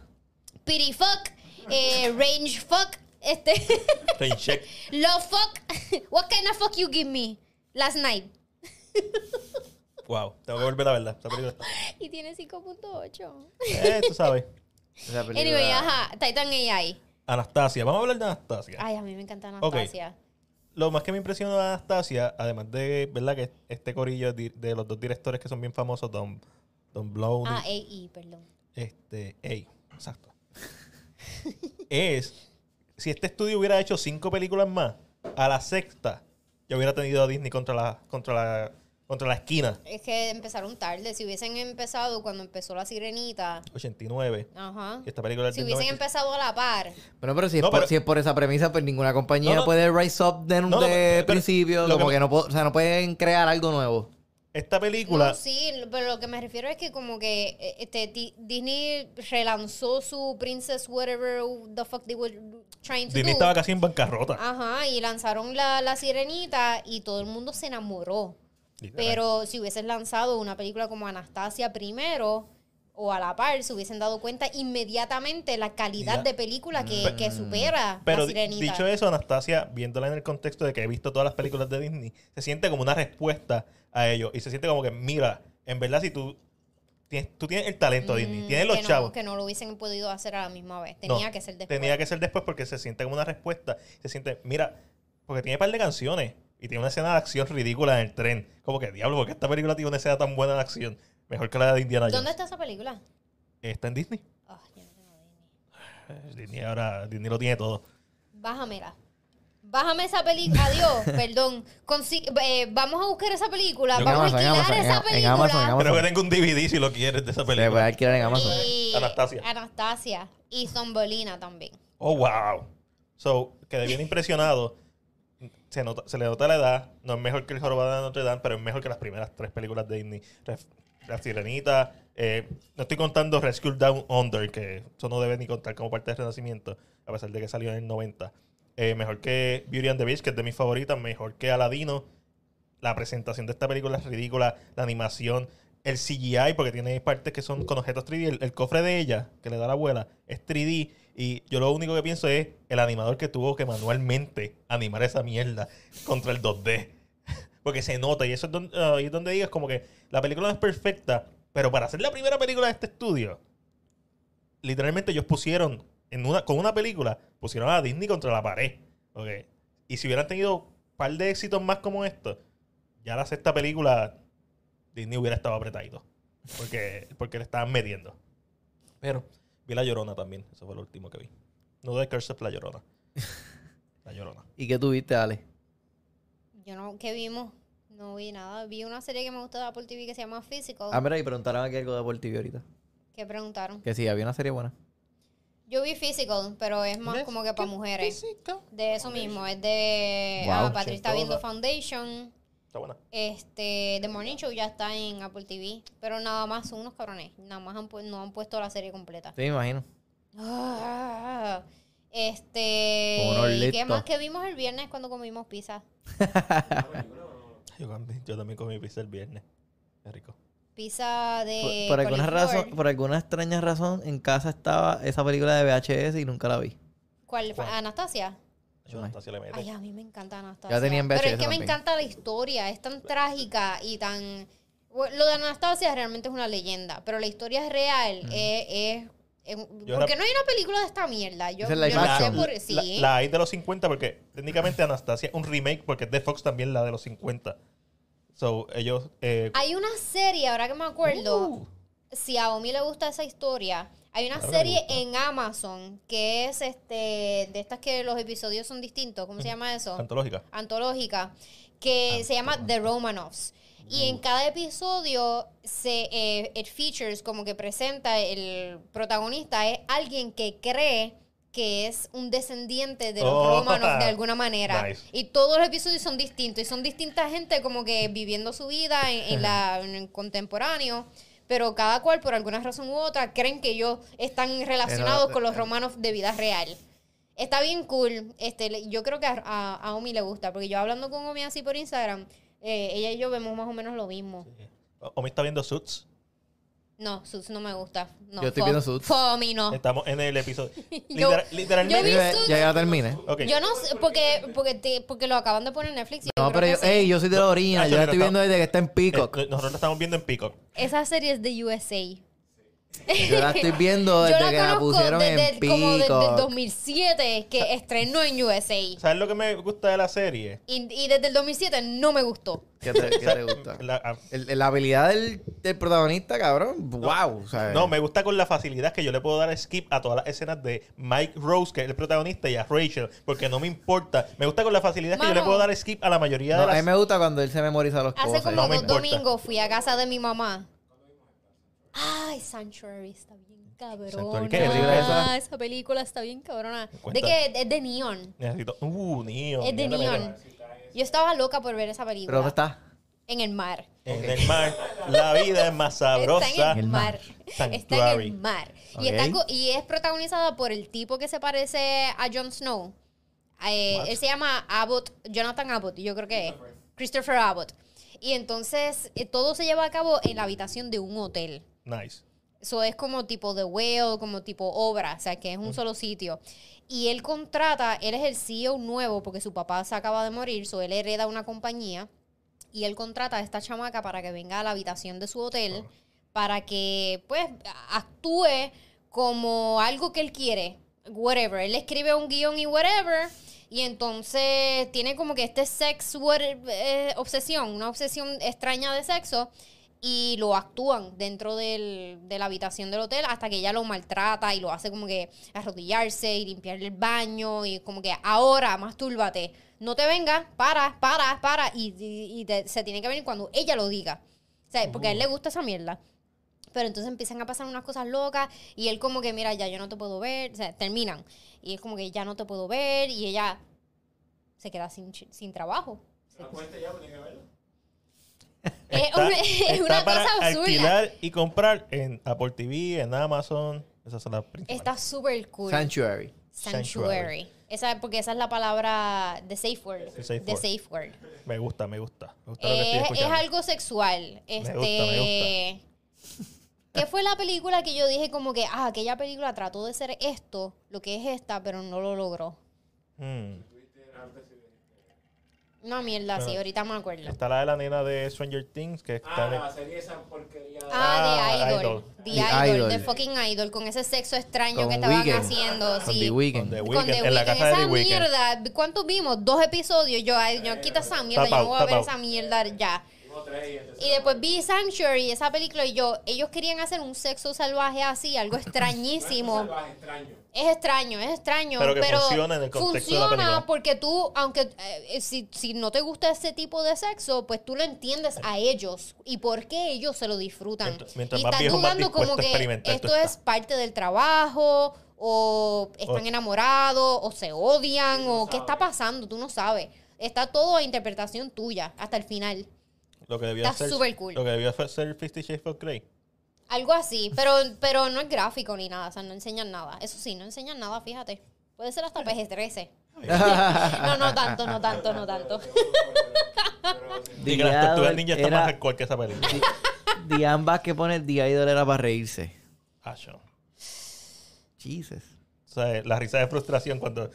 S3: pity fuck, eh, range fuck, este
S1: Rain check.
S3: love fuck. what kind of fuck you give me last night?
S1: Wow, tengo que volver a verla. Esa película.
S3: Y tiene 5.8.
S1: Eh, tú sabes.
S2: Esa película-
S3: Anyway, ajá, Titan AI.
S1: Anastasia. Vamos a hablar de Anastasia.
S3: Ay, a mí me encanta
S1: Ok.
S3: Anastasia.
S1: Lo más que me impresionó de Anastasia, además de, ¿verdad? Que este corillo di- de los dos directores que son bien famosos, Don, Don Blow
S3: Ah, AI, perdón.
S1: Este, ey, exacto. es, si este estudio hubiera hecho cinco películas más, a la sexta yo hubiera tenido a Disney contra la, contra la, contra la esquina.
S3: Es que empezaron tarde. Si hubiesen empezado cuando empezó La Sirenita.
S1: 89.
S3: Ajá.
S1: Y esta película es
S3: Si
S1: del
S3: hubiesen
S1: 90.
S3: empezado a la par.
S2: Bueno, pero si, es
S1: No,
S2: por,
S1: pero-
S2: si es por esa premisa, pues ninguna compañía
S1: No, no.
S2: puede rise up de,
S1: no,
S2: de
S1: pero-
S2: principio.
S1: lo que
S2: Como que,
S1: me-
S2: no, po- o sea, no pueden crear algo nuevo.
S1: Esta película.
S3: No, sí, lo- pero lo que me refiero es que como que eh, este, Di- Disney relanzó su Princess Whatever the fuck they were trying to
S1: Disney
S3: do.
S1: estaba casi en bancarrota.
S3: Ajá, y lanzaron la, la sirenita y todo el mundo se enamoró.
S1: Literal.
S3: Pero si hubieses lanzado una película como Anastasia primero o a la par, se hubiesen dado cuenta inmediatamente la calidad
S1: Ya. Mm.
S3: de película que, que supera
S1: Pero
S3: la
S1: di-
S3: sirenita.
S1: dicho eso, Anastasia, viéndola en el contexto de que he visto todas las películas de Disney, se siente como una respuesta a ello. Y se siente como que, mira, en verdad, si tú tienes, tú tienes el talento de Disney,
S3: Mm,
S1: tienes los
S3: que
S1: chavos.
S3: No, que no lo hubiesen podido hacer a la misma vez.
S1: No,
S3: Tenía que ser después.
S1: Tenía que ser después porque se siente como una respuesta. Se siente, mira, porque tiene un par de canciones y tiene una escena de acción ridícula en el tren. Como que, diablo, porque esta película tiene una escena tan buena de acción? Mejor que la de Indiana
S3: ¿Dónde
S1: Jones.
S3: está esa película?
S1: Está en Disney. Eh,
S3: Ah, yo no tengo idea.
S1: Disney ahora, Disney lo tiene todo.
S3: Bájamela. Bájame esa película. Adiós, perdón. Consi- eh, vamos a buscar esa película.
S2: Yo-
S3: vamos
S2: en Amazon,
S3: a
S2: en Amazon,
S3: alquilar esa
S2: en- en
S3: película.
S2: Amazon, en Amazon.
S1: Creo que tengo un DVD si lo quieres de esa
S2: Se puede
S1: película.
S2: alquilar en Amazon.
S3: Y-
S1: Anastasia.
S3: Anastasia. Y Zombolina también.
S1: Oh, wow. So, quedé bien impresionado. Se, nota- se le nota la edad. No es mejor que El Jorobado de Notre Dame, pero es mejor que las primeras tres películas de Disney. Ref- La Sirenita. eh, no estoy contando Rescue Down Under, que eso no debe ni contar como parte del Renacimiento, a pesar de que salió en el 90. Eh, mejor que Beauty and the Beast, que es de mis favoritas. Mejor que Aladino. La presentación de esta película es ridícula. La animación. El CGI, porque tiene partes que son con objetos 3D. El, el cofre de ella, que le da la abuela, es 3D. Y yo lo único que pienso es el animador que tuvo que manualmente animar esa mierda contra el 2D. Porque se nota. Y eso es donde, ah, ahí es donde digas como que la película no es perfecta. Pero para hacer la primera película de este estudio, literalmente ellos pusieron en una, con una película, pusieron a Disney contra la pared. ¿ok? Y si hubieran tenido un par de éxitos más como estos, ya la sexta película, Disney hubiera estado apretadito. Porque, porque le estaban metiendo. Pero vi La Llorona también. Eso fue lo último que vi. No de Curse of La Llorona. La Llorona.
S2: ¿Y qué tuviste, Ale?
S3: Yo no, ¿qué vimos? No vi nada. Vi una serie que me gusta de Apple TV que se llama Physical.
S2: Ah, mira, y preguntaron aquí algo de por TV ahorita.
S3: que preguntaron.
S2: Que sí, había una serie buena.
S3: Yo vi Physical, pero es más como que para mujeres. De eso mismo. Es de.
S2: Wow,
S3: ah, Patrick está
S1: chentosa.
S3: viendo Foundation.
S1: Está buena.
S3: Este, The Morning Show ya está en Apple TV, pero nada más son unos cabrones, nada más han pu- no han puesto la serie completa.
S2: Sí, me imagino.
S3: Ah, este,
S2: Unos
S3: ¿y ¿qué
S2: listos.
S3: más que vimos el viernes cuando comimos pizza?
S1: Yo también, yo también comí pizza el viernes. Qué rico.
S3: Pizza de
S2: por, por alguna
S3: coliflor.
S2: razón, por alguna extraña razón, en casa estaba esa película de VHS y nunca la vi.
S3: ¿Cuál? Ah,
S1: ¿Cuál?
S3: Anastasia.
S1: Yo
S2: Ay.
S1: Anastasia le mete.
S3: Ay, a mí me encanta Anastasia.
S2: Eh, pues, Ya tenía en
S3: Pero es
S2: VHS
S3: que me
S2: también.
S3: encanta la historia, es tan trágica y tan... Bueno, Lo de Anastasia realmente es una leyenda, pero la historia es real,
S2: Mm.
S3: eh, es... es- es-
S1: Yo
S3: ¿Por qué no hay una película de esta mierda? Yo,
S2: Esa es la
S3: yo no sé
S2: imagen.
S3: por... Sí.
S1: La, la hay de los 50 porque técnicamente Anastasia es un remake porque es de Fox también la de los 50. So, ellos... eh,
S3: Hay una serie, ahora que me acuerdo,
S1: Uh.
S3: si a Omi le gusta esa historia, hay una
S1: Claro que
S3: serie
S1: me
S3: en Amazon que es este de estas que los episodios son distintos, ¿cómo
S2: Mm.
S3: se llama eso?
S1: Uh, antológica. Ah,
S3: Antológica, que se llama The Romanovs. Y en cada episodio se eh, it features como que presenta el protagonista es alguien que cree que es un descendiente de los
S1: Oh,
S3: Romanov de alguna manera.
S1: nice.
S3: Y todos los episodios son distintos. Y son distintas gente como que viviendo su vida en, en la, en el contemporáneo. Pero cada cual, por alguna razón u otra, creen que ellos están relacionados
S2: Pero- eh,
S3: con los romanos de vida real. Está bien cool. Este, le- yo creo que a, a, a Omi le gusta. Porque yo hablando con Omi así por Instagram, eh, ella y yo vemos más o menos lo mismo.
S1: O- Omi está viendo Suits.
S3: No, Suits no me gusta. No,
S2: Yo estoy
S3: fo-
S2: viendo Suits. Este,
S3: fo- Omi no.
S1: Estamos en el episodio.
S3: Yo-
S1: Literal-
S3: Yo vi
S1: literalmente...
S2: Ya,
S3: Suits.
S2: ya la terminé.
S1: Ok.
S3: Yo no sé, porque, porque, te- porque lo acaban de poner en Netflix. y
S2: No,
S3: yo creo
S2: pero yo,
S3: que sí.
S2: ey, yo soy de la orina.
S1: Ah,
S2: Yo la
S1: yo
S2: estoy
S1: no
S2: viendo
S1: estaba-
S2: desde que está en
S1: Eh,
S2: Peacock.
S1: nosotros lo estamos viendo en Peacock.
S3: Esa serie es de USA.
S2: Yo la estoy viendo
S3: Yo
S2: desde
S3: la
S2: que la
S3: conozco
S2: pusieron
S3: desde
S2: en
S3: como desde el
S2: pico.
S3: 2007 que estrenó en USA. Y,
S1: ¿Sabes lo que me gusta de la serie?
S3: y desde el 2007 no me gustó.
S2: ¿Qué te, qué te gusta?
S1: Mm, La- ah, a-
S2: El- la habilidad del, del protagonista, cabrón. wow. ¿sabes?
S1: no, me gusta con la facilidad que yo le puedo dar skip a todas las escenas de Mike Rose, que es el protagonista, y a Rachel, porque no me importa. Me gusta con la facilidad que yo le
S3: Mano.
S1: puedo dar skip a la mayoría
S2: No,
S1: de
S2: a mí
S1: las...
S2: me gusta cuando él se memoriza los
S3: Hace
S2: cosas.
S3: como
S1: no me
S3: dos
S1: importa.
S3: domingos fui a casa de mi mamá. Ay, Sanctuary está bien cabrona. Ah,
S1: Sanctuary, ¿qué película es esa?
S3: esa película está bien cabrona.
S1: Cuenta.
S3: De que es de neon.
S1: Necesito... Uh, Neon.
S3: Es de
S1: mira, mira.
S3: neon. Yo estaba loca por ver esa película.
S2: Pero ¿dónde está?
S3: En el mar.
S1: En el mar, la vida es más sabrosa.
S3: Está en el mar. Está en
S1: Sanctuary.
S3: el mar.
S1: Ok.
S3: Y, está co- y es protagonizada por el tipo que se parece a Jon Snow. Eh,
S1: What?
S3: él se llama Abbott, Jonathan Abbott, yo creo que es. Christopher Abbott. Y entonces eh, todo se lleva a cabo en la habitación de un hotel.
S1: Nice.
S3: Eso es como tipo de whale, como tipo obra, o sea, que es un solo sitio. Y él contrata, él es el CEO nuevo porque su papá se acaba de morir, so él hereda una compañía y él contrata a esta chamaca para que venga a la habitación de su hotel para que pues actúe como algo que él quiere, whatever. Él escribe un guión y whatever y entonces tiene como que este sex what- eh, obsesión, una obsesión extraña de sexo y lo actúan dentro del- de la habitación del hotel hasta que ella lo maltrata y lo hace como que arrodillarse y limpiarle el baño y como que ahora mastúrbate, no te vengas, para, para, para y, y- y te- se tiene que venir cuando ella lo diga. O sea, porque a él le gusta esa mierda. Pero entonces empiezan a pasar unas cosas locas y él como que, mira, ya yo no te puedo ver, o sea, terminan. Y él como que ya no te puedo ver y ella se queda sin, ch- sin trabajo. Es una- es una
S1: para
S3: cosa absurda.
S1: alquilar y comprar en Apple TV, en Amazon. Esas son las principales.
S3: Está súper cool.
S2: Sanctuary.
S1: Sanctuary.
S3: Sanctuary. Esa, porque esa es la palabra de safe word.
S1: The safe
S3: The
S1: word.
S3: safe word.
S1: Me gusta, me gusta. Me gusta lo que estoy
S3: Eh, Es, es
S1: escuchando.
S3: algo sexual. Este,
S1: gusta, me
S3: ¿Qué fue la película que yo dije como que, ah, aquella película trató de ser esto, lo que es esta, pero no lo logró?
S1: Mm.
S3: Una mierda, sí,
S1: Pero-
S3: ahorita me acuerdo.
S1: Está la de la nena de Stranger Things, que está
S4: Ah,
S1: en-
S4: la serie esa porquería.
S3: Ah,
S1: Ah,
S3: de Idol.
S1: Idol.
S3: The,
S2: The
S3: Idol,
S2: Idol.
S3: The fucking Idol, con ese sexo extraño
S2: Con
S3: que estaban
S2: Weeknd.
S3: haciendo.
S2: Con
S3: sí.
S2: The
S1: con
S2: Weeknd.
S1: The
S3: Con
S1: Weeknd,
S3: The
S1: en la
S3: Weeknd.
S1: casa de
S3: esa
S1: The Weeknd.
S3: mierda, ¿cuántos vimos? Dos episodios. Yo, ay, yo quita esa mierda, yo
S1: Tapao,
S3: no voy a ver
S1: tapao.
S3: esa mierda ya.
S4: Hubo tres y este el
S3: Y
S4: tercero.
S3: después vi Sanctuary, esa película, y yo, ellos querían hacer un sexo salvaje así, algo extrañísimo.
S4: Salvaje, extraño.
S3: Es extraño, es extraño.
S1: Pero
S3: Pero,
S1: que funciona en el contexto de la
S3: funciona
S1: película.
S3: porque tú, aunque eh, si, si no te gusta ese tipo de sexo, pues tú lo entiendes a ellos y por qué ellos se lo disfrutan.
S1: Mientras- mientras
S3: y
S1: más
S3: están
S1: viejo, más
S3: jugando
S1: dispuesto
S3: como
S1: a
S3: que
S1: experimentar tú
S3: esto es
S1: estás.
S3: parte del trabajo, o están
S1: O-
S3: enamorados, o se odian, o qué está pasando, tú no sabes. Está todo a interpretación tuya hasta el final.
S1: Lo que debió
S3: Está
S1: ser-
S3: súper cool.
S1: Lo que debió ser Fifty Shades of Grey.
S3: Algo así, pero, pero no es gráfico ni nada, o sea, no enseñan nada. Eso sí, no enseñan nada, fíjate. Puede ser hasta PG-13. No, no tanto, no tanto, no tanto.
S1: Y que las tortugas ninja están más
S2: era
S1: hardcore que esa película.
S2: Diane que pone The Idol era para reírse.
S1: Ah, yo.
S2: Jesus.
S1: O sea, eh, la risa de frustración cuando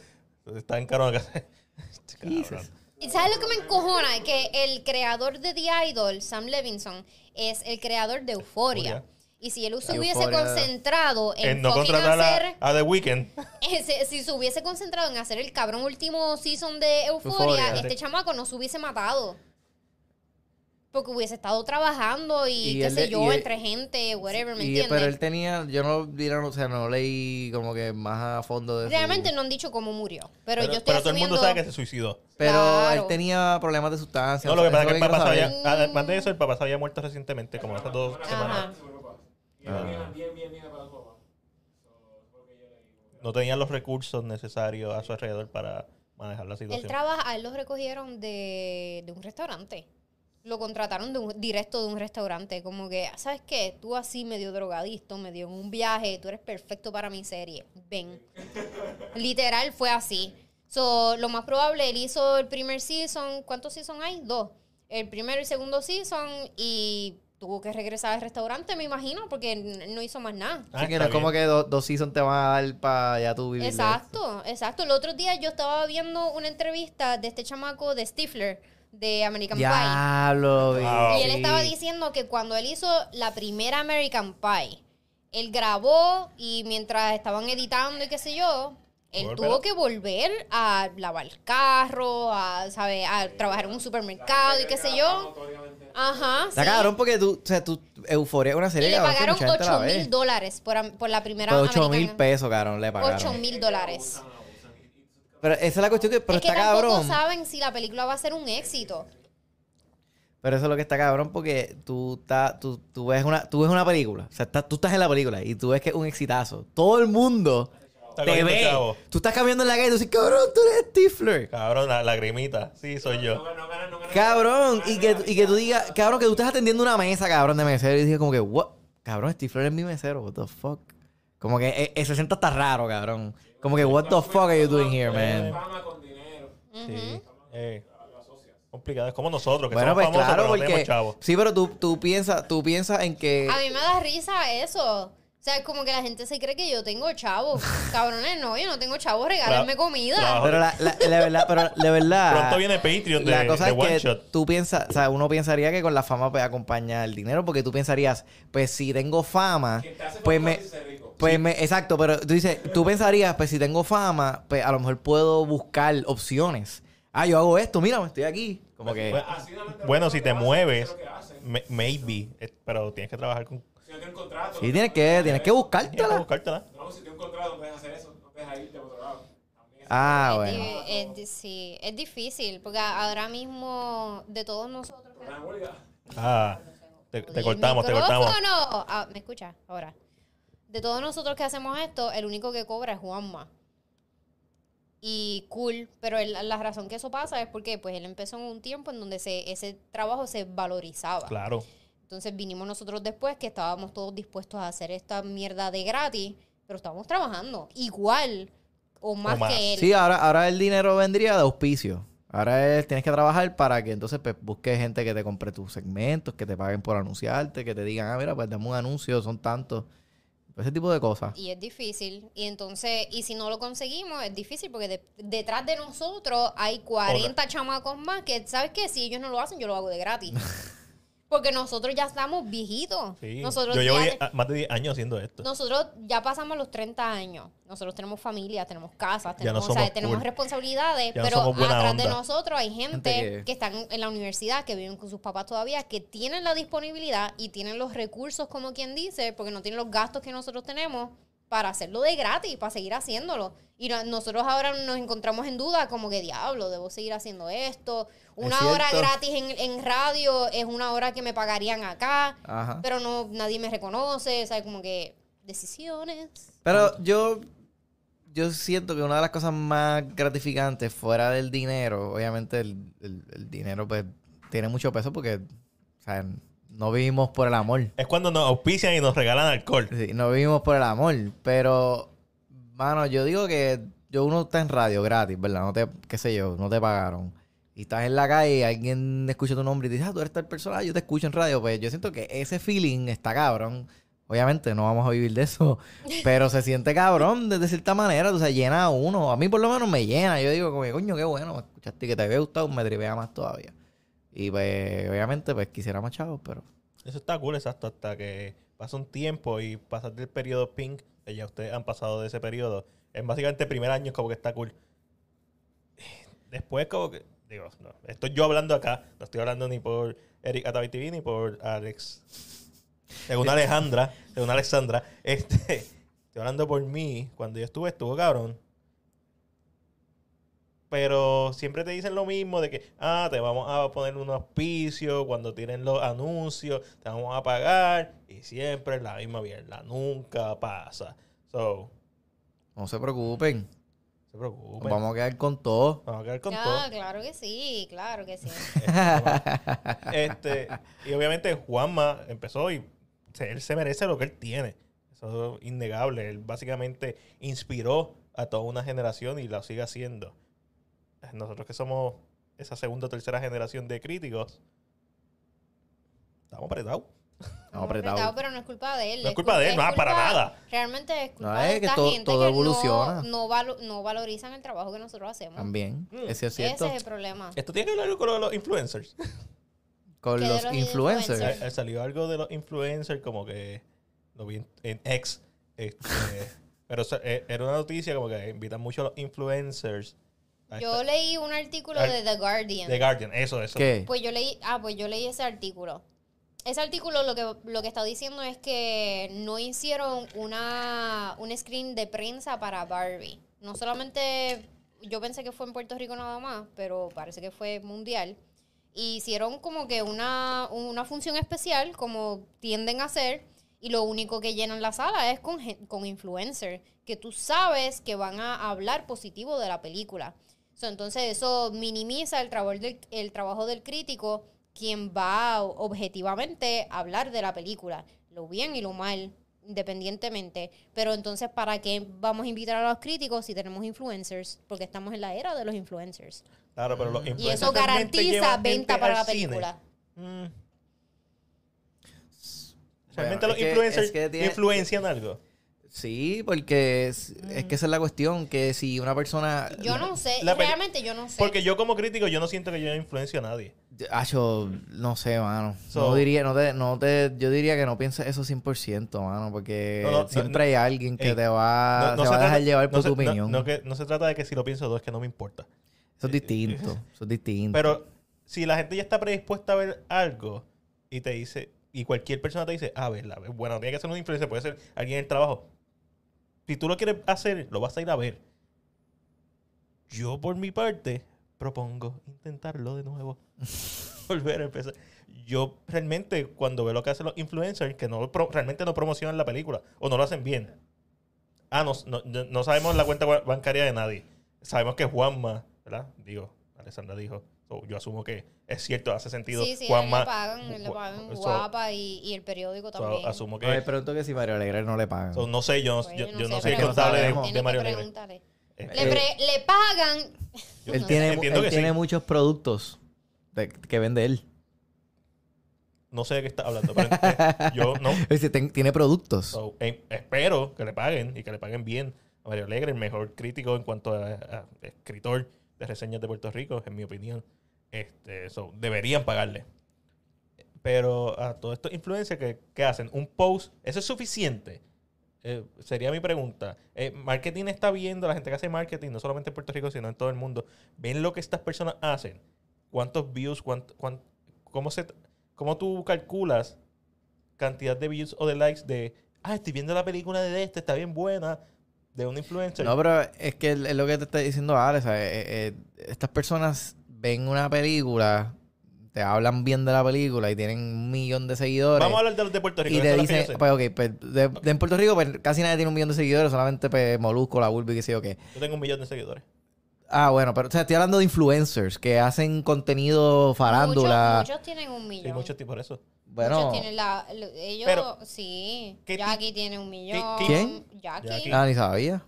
S1: está en Este caro.
S2: Jesus.
S3: ¿Y ¿Sabes lo que me encojona? Que el creador de The Idol, Sam Levinson, es el creador de Euphoria.
S1: Euphoria.
S3: Y si él se hubiese
S2: Euphoria.
S3: concentrado en,
S1: En Eh, no
S3: fucking
S1: contratar
S3: hacer...
S1: a, a The Weeknd.
S3: ese- si se hubiese concentrado en hacer el cabrón último season de Euphoria,
S2: Euphoria.
S3: este chamaco no se hubiese matado. Porque hubiese estado trabajando y,
S2: Y
S3: qué
S2: él
S3: sé
S2: de-
S3: yo,
S2: y él-
S3: entre gente, whatever, ¿me
S2: Y-
S3: entiendes?
S2: pero él tenía, yo no dirán, o sea, no leí como que más a fondo de su-
S3: Realmente no han dicho cómo murió, pero, yo estoy
S1: pero todo el mundo
S3: asumiendo-
S1: sabe que se suicidó.
S2: Pero
S3: Claro.
S2: él tenía problemas de sustancia.
S1: No, lo que
S2: eso
S1: pasa es que el
S2: quiero
S1: papá se
S2: saber.
S1: había, además de eso, el papá se había muerto recientemente, como hace dos semanas.
S3: Ajá.
S4: Su papá. Y era bien, bien, bien, bien para su papá.
S1: No tenían los recursos necesarios a su alrededor para manejar la
S3: Él
S1: situación.
S3: trabaja, a él lo recogieron de, de un restaurante. Lo contrataron de un, directo de un restaurante. Como que, ¿sabes qué? Tú así medio drogadicto, medio en un viaje, tú eres perfecto para mi serie. Ven. Literal fue así. So, lo más probable, él hizo el primer season. ¿Cuántos season hay? Dos. El primero y el segundo season y tuvo que regresar al restaurante, me imagino, porque n- no hizo más nada.
S1: Ah,
S2: Así que
S1: está
S2: no es como
S1: bien.
S2: que do- dos seasons te van a dar para ya tú vivir. de
S3: Exacto, exacto. El otro día yo estaba viendo una entrevista de este chamaco de Stifler de
S2: eso.
S3: American Pie.
S2: Diablo.
S1: Wow.
S3: Y él
S2: sí.
S3: estaba diciendo que cuando él hizo la primera American Pie, Él grabó y mientras estaban editando y qué sé yo, él
S1: Volver.
S3: tuvo que volver a lavar carro, a, ¿sabe? a trabajar en un supermercado y qué sé yo. Ajá.
S2: Está
S3: sí.
S2: cabrón porque tú, o sea, tú euforia una
S3: Y
S2: serie
S3: le
S2: cabrón, que
S3: pagaron
S2: mucha gente la
S3: 8
S2: ve.
S3: mil dólares por, am- por la primera
S2: Por 8 mil
S3: americana.
S2: pesos, cabrón, le
S3: 8
S2: pagaron.
S3: mil dólares.
S2: Pero esa es la cuestión que, pero
S3: es que
S2: está
S3: tampoco
S2: cabrón.
S3: saben si la película va a ser un éxito.
S2: Pero eso es lo que está cabrón porque tú, ta- tú, tú ves, una, tú ves una película. O sea, está- tú estás en la película y tú ves que es un exitazo. Todo el mundo
S1: Está
S2: te
S1: cogiendo
S2: ve.
S1: chavo.
S2: Tú estás caminando en la calle y tú dices, cabrón, tú eres Stifler.
S1: Cabrón, la lagrimita. Sí, soy yo.
S2: Cabrón. Y que, y que tú digas, cabrón, que tú estás atendiendo una mesa, cabrón, de mesero. Y dices como que, what? Cabrón, Stifler es mi mesero. What the fuck? Como que eh, eh, se sienta hasta raro, cabrón. Como que, what the fuck are you doing
S1: Eh,
S2: here, man?
S4: Fama con dinero.
S1: Sí. Eh, complicado. Es como nosotros, que
S2: Bueno,
S1: somos
S2: pues
S1: famosos,
S2: claro,
S1: pero no tenemos
S2: porque...
S1: chavos.
S2: Sí, pero tú, tú piensas tú piensas en que...
S3: A mí me da risa eso. O sea, es como que la gente se cree que yo tengo chavos. Cabrones, no, yo no tengo chavos, regálenme
S1: Tra-
S3: comida.
S1: trabajo.
S2: Pero la, la- la verdad, pero la verdad...
S1: Pronto viene Patreon de,
S2: la cosa
S1: de
S2: es
S1: One
S2: que
S1: Shot.
S2: tú piensas, o sea, uno pensaría que con la fama pues, acompaña el dinero, porque tú pensarías, pues si tengo fama,
S4: Quien te hace
S2: pues
S4: famoso
S2: me,
S4: es ser rico.
S2: pues me, exacto, pero tú dices, tú pensarías, pues si tengo fama, pues a lo mejor puedo buscar opciones. Ah, yo hago esto, mira, estoy aquí, como que.
S1: Bueno,
S4: Así no me interesa
S1: Bueno,
S4: lo
S1: si
S4: que
S1: te
S4: hacen,
S1: mueves,
S4: lo que hacen.
S1: me- maybe. eh, Pero tienes que trabajar con.
S4: Si no tienes contrato.
S2: Sí,
S4: no
S2: tienes que, tienes que
S4: puedes-
S1: Tienes que
S2: buscártela.
S1: buscártela.
S4: No, si tienes un contrato, no puedes hacer eso. No puedes irte por otro lado. También
S2: Ah,
S3: Es
S2: bueno.
S3: di- es di- sí, es difícil, porque ahora mismo de todos nosotros...
S4: es una huelga.
S1: Ah, te, te
S3: El
S1: cortamos, te cortamos.
S3: micrófono. Ah, ¿Me escuchas ahora? De todos nosotros que hacemos esto, el único que cobra es Juanma. Y cool, pero él- la razón que eso pasa es porque pues él empezó en un tiempo en donde se, ese trabajo se valorizaba.
S1: Claro.
S3: Entonces vinimos nosotros después que estábamos todos dispuestos a hacer esta mierda de gratis, pero estábamos trabajando igual o más,
S1: más.
S3: que él.
S2: Sí, ahora, ahora el dinero vendría de auspicio. Ahora es- tienes que trabajar para que entonces pues, busques gente que te compre tus segmentos, que te paguen por anunciarte, que te digan, ah, mira, pues dame un anuncio, son tantos. Pues, Ese tipo de cosas.
S3: Y es difícil. Y entonces, y si no lo conseguimos, es difícil porque de- detrás de nosotros hay 40 chamacos más que, ¿sabes qué? Si ellos no lo hacen, yo lo hago de gratis. porque nosotros ya estamos viejitos.
S1: Sí.
S3: Nosotros,
S1: Yo llevo
S3: ya,
S1: die- a- más de 10 años haciendo esto.
S3: nosotros ya pasamos los 30 años. Nosotros tenemos familias, tenemos casas,
S1: Ya no
S3: tenemos, o sea,
S1: somos
S3: tenemos
S1: cool.
S3: responsabilidades,
S1: Ya no
S3: pero
S1: somos buena
S3: atrás de
S1: onda.
S3: nosotros hay gente,
S2: Gente que-
S3: que... están en la universidad, que viven con sus papás todavía, que tienen la disponibilidad y tienen los recursos, como quien dice, porque no tienen los gastos que nosotros tenemos para hacerlo de gratis, para seguir haciéndolo. Y no- nosotros ahora nos encontramos en duda, como que diablo, debo seguir haciendo esto. Una hora
S2: cierto.
S3: gratis en, en radio es una hora que me pagarían acá
S2: Ajá.
S3: pero no nadie me reconoce, o sea, como que decisiones.
S2: Pero yo, yo siento que una de las cosas más gratificantes fuera del dinero, obviamente el, el- el dinero pues tiene mucho peso porque, o sea, no vivimos por el amor.
S1: Es cuando nos auspician y nos regalan alcohol.
S2: Sí, no vivimos por el amor, pero, mano, yo digo que yo uno está en radio gratis, ¿verdad? No te, qué sé yo, no te pagaron. Y estás en la calle y alguien escucha tu nombre y te dice, ah, tú eres tal persona, ah, yo te escucho en radio. Pues yo siento que ese feeling está cabrón. Obviamente no vamos a vivir de eso, pero se siente cabrón de, de cierta manera, o sea, llena a uno. A mí por lo menos me llena. Yo digo, como, que, coño, qué bueno, me escuchaste y que te había gustado, me tripea más todavía. Y pues, obviamente, pues quisiera más chavos, pero...
S1: Eso está cool, exacto. Hasta que pasa un tiempo y pasas del periodo pink, que ya ustedes han pasado de ese periodo. Es básicamente el primer año es como que está cool. Después como que, digo, no, estoy yo hablando acá, no estoy hablando ni por Eric Atavitivi ni por Alex. Según Alejandra, según Alexandra, este, estoy hablando por mí. Cuando yo estuve, estuvo cabrón. Pero siempre te dicen lo mismo de que, ah, te vamos a poner un auspicio cuando tienen los anuncios, te vamos a pagar. Y siempre es la misma mierda, nunca pasa. So,
S2: No se preocupen.
S1: no se preocupen.
S2: Nos
S1: Vamos,
S2: vamos a quedar con todo.
S1: a quedar con
S3: ah,
S1: todo.
S3: claro que sí, claro que sí.
S1: Este, y obviamente Juanma empezó y se- él se merece lo que él tiene. Eso es innegable. Él básicamente inspiró a toda una generación y la sigue haciendo. Nosotros que somos esa segunda o tercera generación de críticos, estamos apretados.
S2: Estamos
S3: Apretado,
S2: apretados.
S3: pero no es culpa de él.
S1: No es culpa de él, no, para nada.
S3: Realmente es culpa
S2: No, es
S3: de
S2: que
S3: esta
S2: todo-
S3: gente
S2: todo
S3: que
S2: evoluciona.
S3: no, no, valo- no valorizan el trabajo que nosotros hacemos.
S2: También. Eso es
S3: Mm. Ese
S2: cierto.
S3: es el problema.
S1: Esto tiene que hablar con lo de los influencers.
S2: Con
S3: Que de
S2: los
S3: los
S2: influencers.
S3: influencers.
S1: Eh, eh, Salió algo de los influencers como que lo vi en, en X. este, pero o sea, eh, era una noticia como que invitan mucho a los influencers. a
S3: Yo
S1: esta-
S3: leí un artículo
S1: Al-
S3: de The Guardian.
S1: The Guardian, eso, eso.
S2: ¿Qué?
S3: Pues yo leí, ah, pues yo leí ese artículo. Ese artículo lo que, lo que está diciendo es que no hicieron una, un screen de prensa para Barbie. No solamente, yo pensé que fue en Puerto Rico nada más, pero parece que fue mundial. Y Hicieron como que una, una función especial, como tienden a hacer, y lo único que llenan la sala es con, gen- con influencers, que tú sabes que van a hablar positivo de la película. So, entonces eso minimiza el, trabajo del, el trabajo del crítico, quien va o- objetivamente a hablar de la película, lo bien y lo mal, independientemente. Pero entonces, ¿para qué vamos a invitar a los críticos si tenemos influencers? Porque estamos en la era de los influencers.
S1: Claro, pero los
S3: Y
S1: influencers
S3: eso
S1: también Pues te
S3: garantiza
S1: llevan
S3: venta
S1: gente
S3: para
S1: al
S3: la
S1: cine.
S3: película.
S1: Mm.
S2: Bueno,
S1: Realmente
S2: es
S1: los
S2: que-
S1: influencers
S2: es que tiene-
S1: influencian algo.
S2: Sí, porque es, es que esa es la cuestión, que si una persona...
S3: Mm. Yo no sé,
S1: La peli-
S3: realmente yo no sé.
S1: Porque yo como crítico, yo no siento que yo influencio a nadie.
S2: Acho, no sé, mano.
S1: So-
S2: no diría, no te, no te, yo diría que no pienses eso 100%, mano, porque
S1: No, no,
S2: siempre
S1: no,
S2: hay alguien que
S1: Ey,
S2: te va,
S1: no
S2: te Ah, va a dejar
S1: trata-
S2: llevar
S1: no
S2: por tu
S1: se- no-
S2: opinión.
S1: No, que, no se trata de que si lo pienso dos, es que no me importa.
S2: eso es distinto, eso es
S1: eh,
S2: distinto.
S1: Pero si la gente ya está predispuesta a ver algo y te dice, y cualquier persona te dice, ah, verla, ve- bueno, tiene que ser una influencia, puede ser alguien en el trabajo. Si tú lo quieres hacer, lo vas a ir a ver. Yo, por mi parte, propongo intentarlo de nuevo. Volver a empezar. Yo realmente, cuando veo lo que hacen los influencers, que no lo pro- realmente no promocionan la película o no lo hacen bien. Ah, no, no, no sabemos la cuenta ba- bancaria de nadie. Sabemos que Juanma, ¿verdad? Digo, Alessandra dijo. So, yo asumo que es cierto, hace sentido.
S3: sí, sí, a él
S1: Juanma.
S3: le pagan, a él le
S1: Ju-
S3: pagan
S1: so-
S3: guapa y, y el periódico
S1: so,
S3: también.
S1: asumo que.
S2: Ay, pregunto que si Mario Alegre no le pagan.
S1: so, no sé, yo,
S3: Pues,
S1: yo, yo no
S2: sé,
S1: soy
S2: pero
S1: contable de,
S2: sabemos.
S1: de
S3: Tienes que
S1: Mario Alegre.
S3: preguntarle.
S1: Eh,
S3: Le, pre- le pagan.
S2: él
S3: No sé.
S2: tiene,
S1: Entiendo
S2: él
S1: que
S2: tiene
S1: sí.
S2: muchos productos de- que vende él.
S1: no sé de qué está hablando, pero eh, yo no.
S2: Es decir, ten- tiene productos.
S1: So, eh, espero que le paguen y que le paguen bien a Mario Alegre, el mejor crítico en cuanto a, a escritor de reseñas de Puerto Rico, en mi opinión. Este, so, deberían pagarle. Pero a todos estos influencers que, que hacen un post, ¿eso es suficiente? Eh, sería mi pregunta. Eh, marketing está viendo, la gente que hace marketing, no solamente en Puerto Rico, sino en todo el mundo, ven lo que estas personas hacen. ¿Cuántos views? cuánto- cuán- cómo, se, ¿Cómo tú calculas cantidad de views o de likes de, ah, estoy viendo la película de este, está bien buena, de un influencer?
S2: No, pero es que es lo que te está diciendo Alex. ¿sabes? Eh, eh, estas personas ven una película, te hablan bien de la película y tienen un millón de seguidores.
S1: Vamos a hablar de los de Puerto Rico.
S2: y
S1: eso
S2: te
S1: es lo que
S2: dicen,
S1: yo sé.
S2: pues ok, pues, de, de en Puerto Rico pues, casi nadie tiene un millón de seguidores, solamente pues, Molusco, la Bulbi, que sé yo qué.
S1: Yo tengo un millón de seguidores.
S2: Ah, bueno, pero o sea, estoy hablando de influencers que hacen contenido farándula.
S3: Muchos, muchos tienen un
S1: Hay
S3: millón.
S1: muchos tipos por eso.
S2: Bueno,
S3: Muchos tienen la. lo- Ellos,
S1: Pero-
S3: sí.
S1: ¿Qué ti-
S3: Jackie tiene un millón.
S1: qué-
S2: ¿Quién?
S3: Jackie.
S1: Jackie.
S2: ah, ni sabía.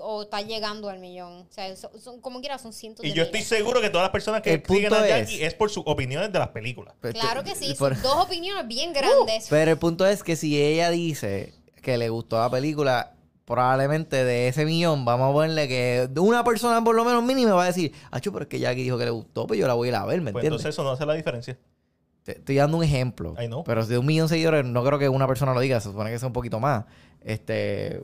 S3: O está llegando al millón. O sea, son- son- como quiera, son cientos
S1: Y
S3: de
S1: yo estoy
S3: miles.
S1: seguro que todas las personas que
S2: El
S1: siguen
S2: punto
S1: a
S2: es-
S1: Jackie es... por sus opiniones de las películas.
S2: Pues,
S3: Claro
S2: te-
S3: que sí.
S2: por- Uh,
S3: son Dos opiniones bien grandes.
S2: Pero el punto es que si ella dice que le gustó la película, probablemente de ese millón, vamos a ponerle que una persona por lo menos mínima va a decir, acho, pero es que Jackie dijo que le gustó, pues yo la voy a ir a ver, ¿me
S1: Pues
S2: entiendes?
S1: entonces eso no hace la diferencia.
S2: Te- estoy dando un ejemplo.
S1: I know.
S2: Pero si de un millón de seguidores, no creo que una persona lo diga, se supone que sea un poquito más. Este.
S3: Eh.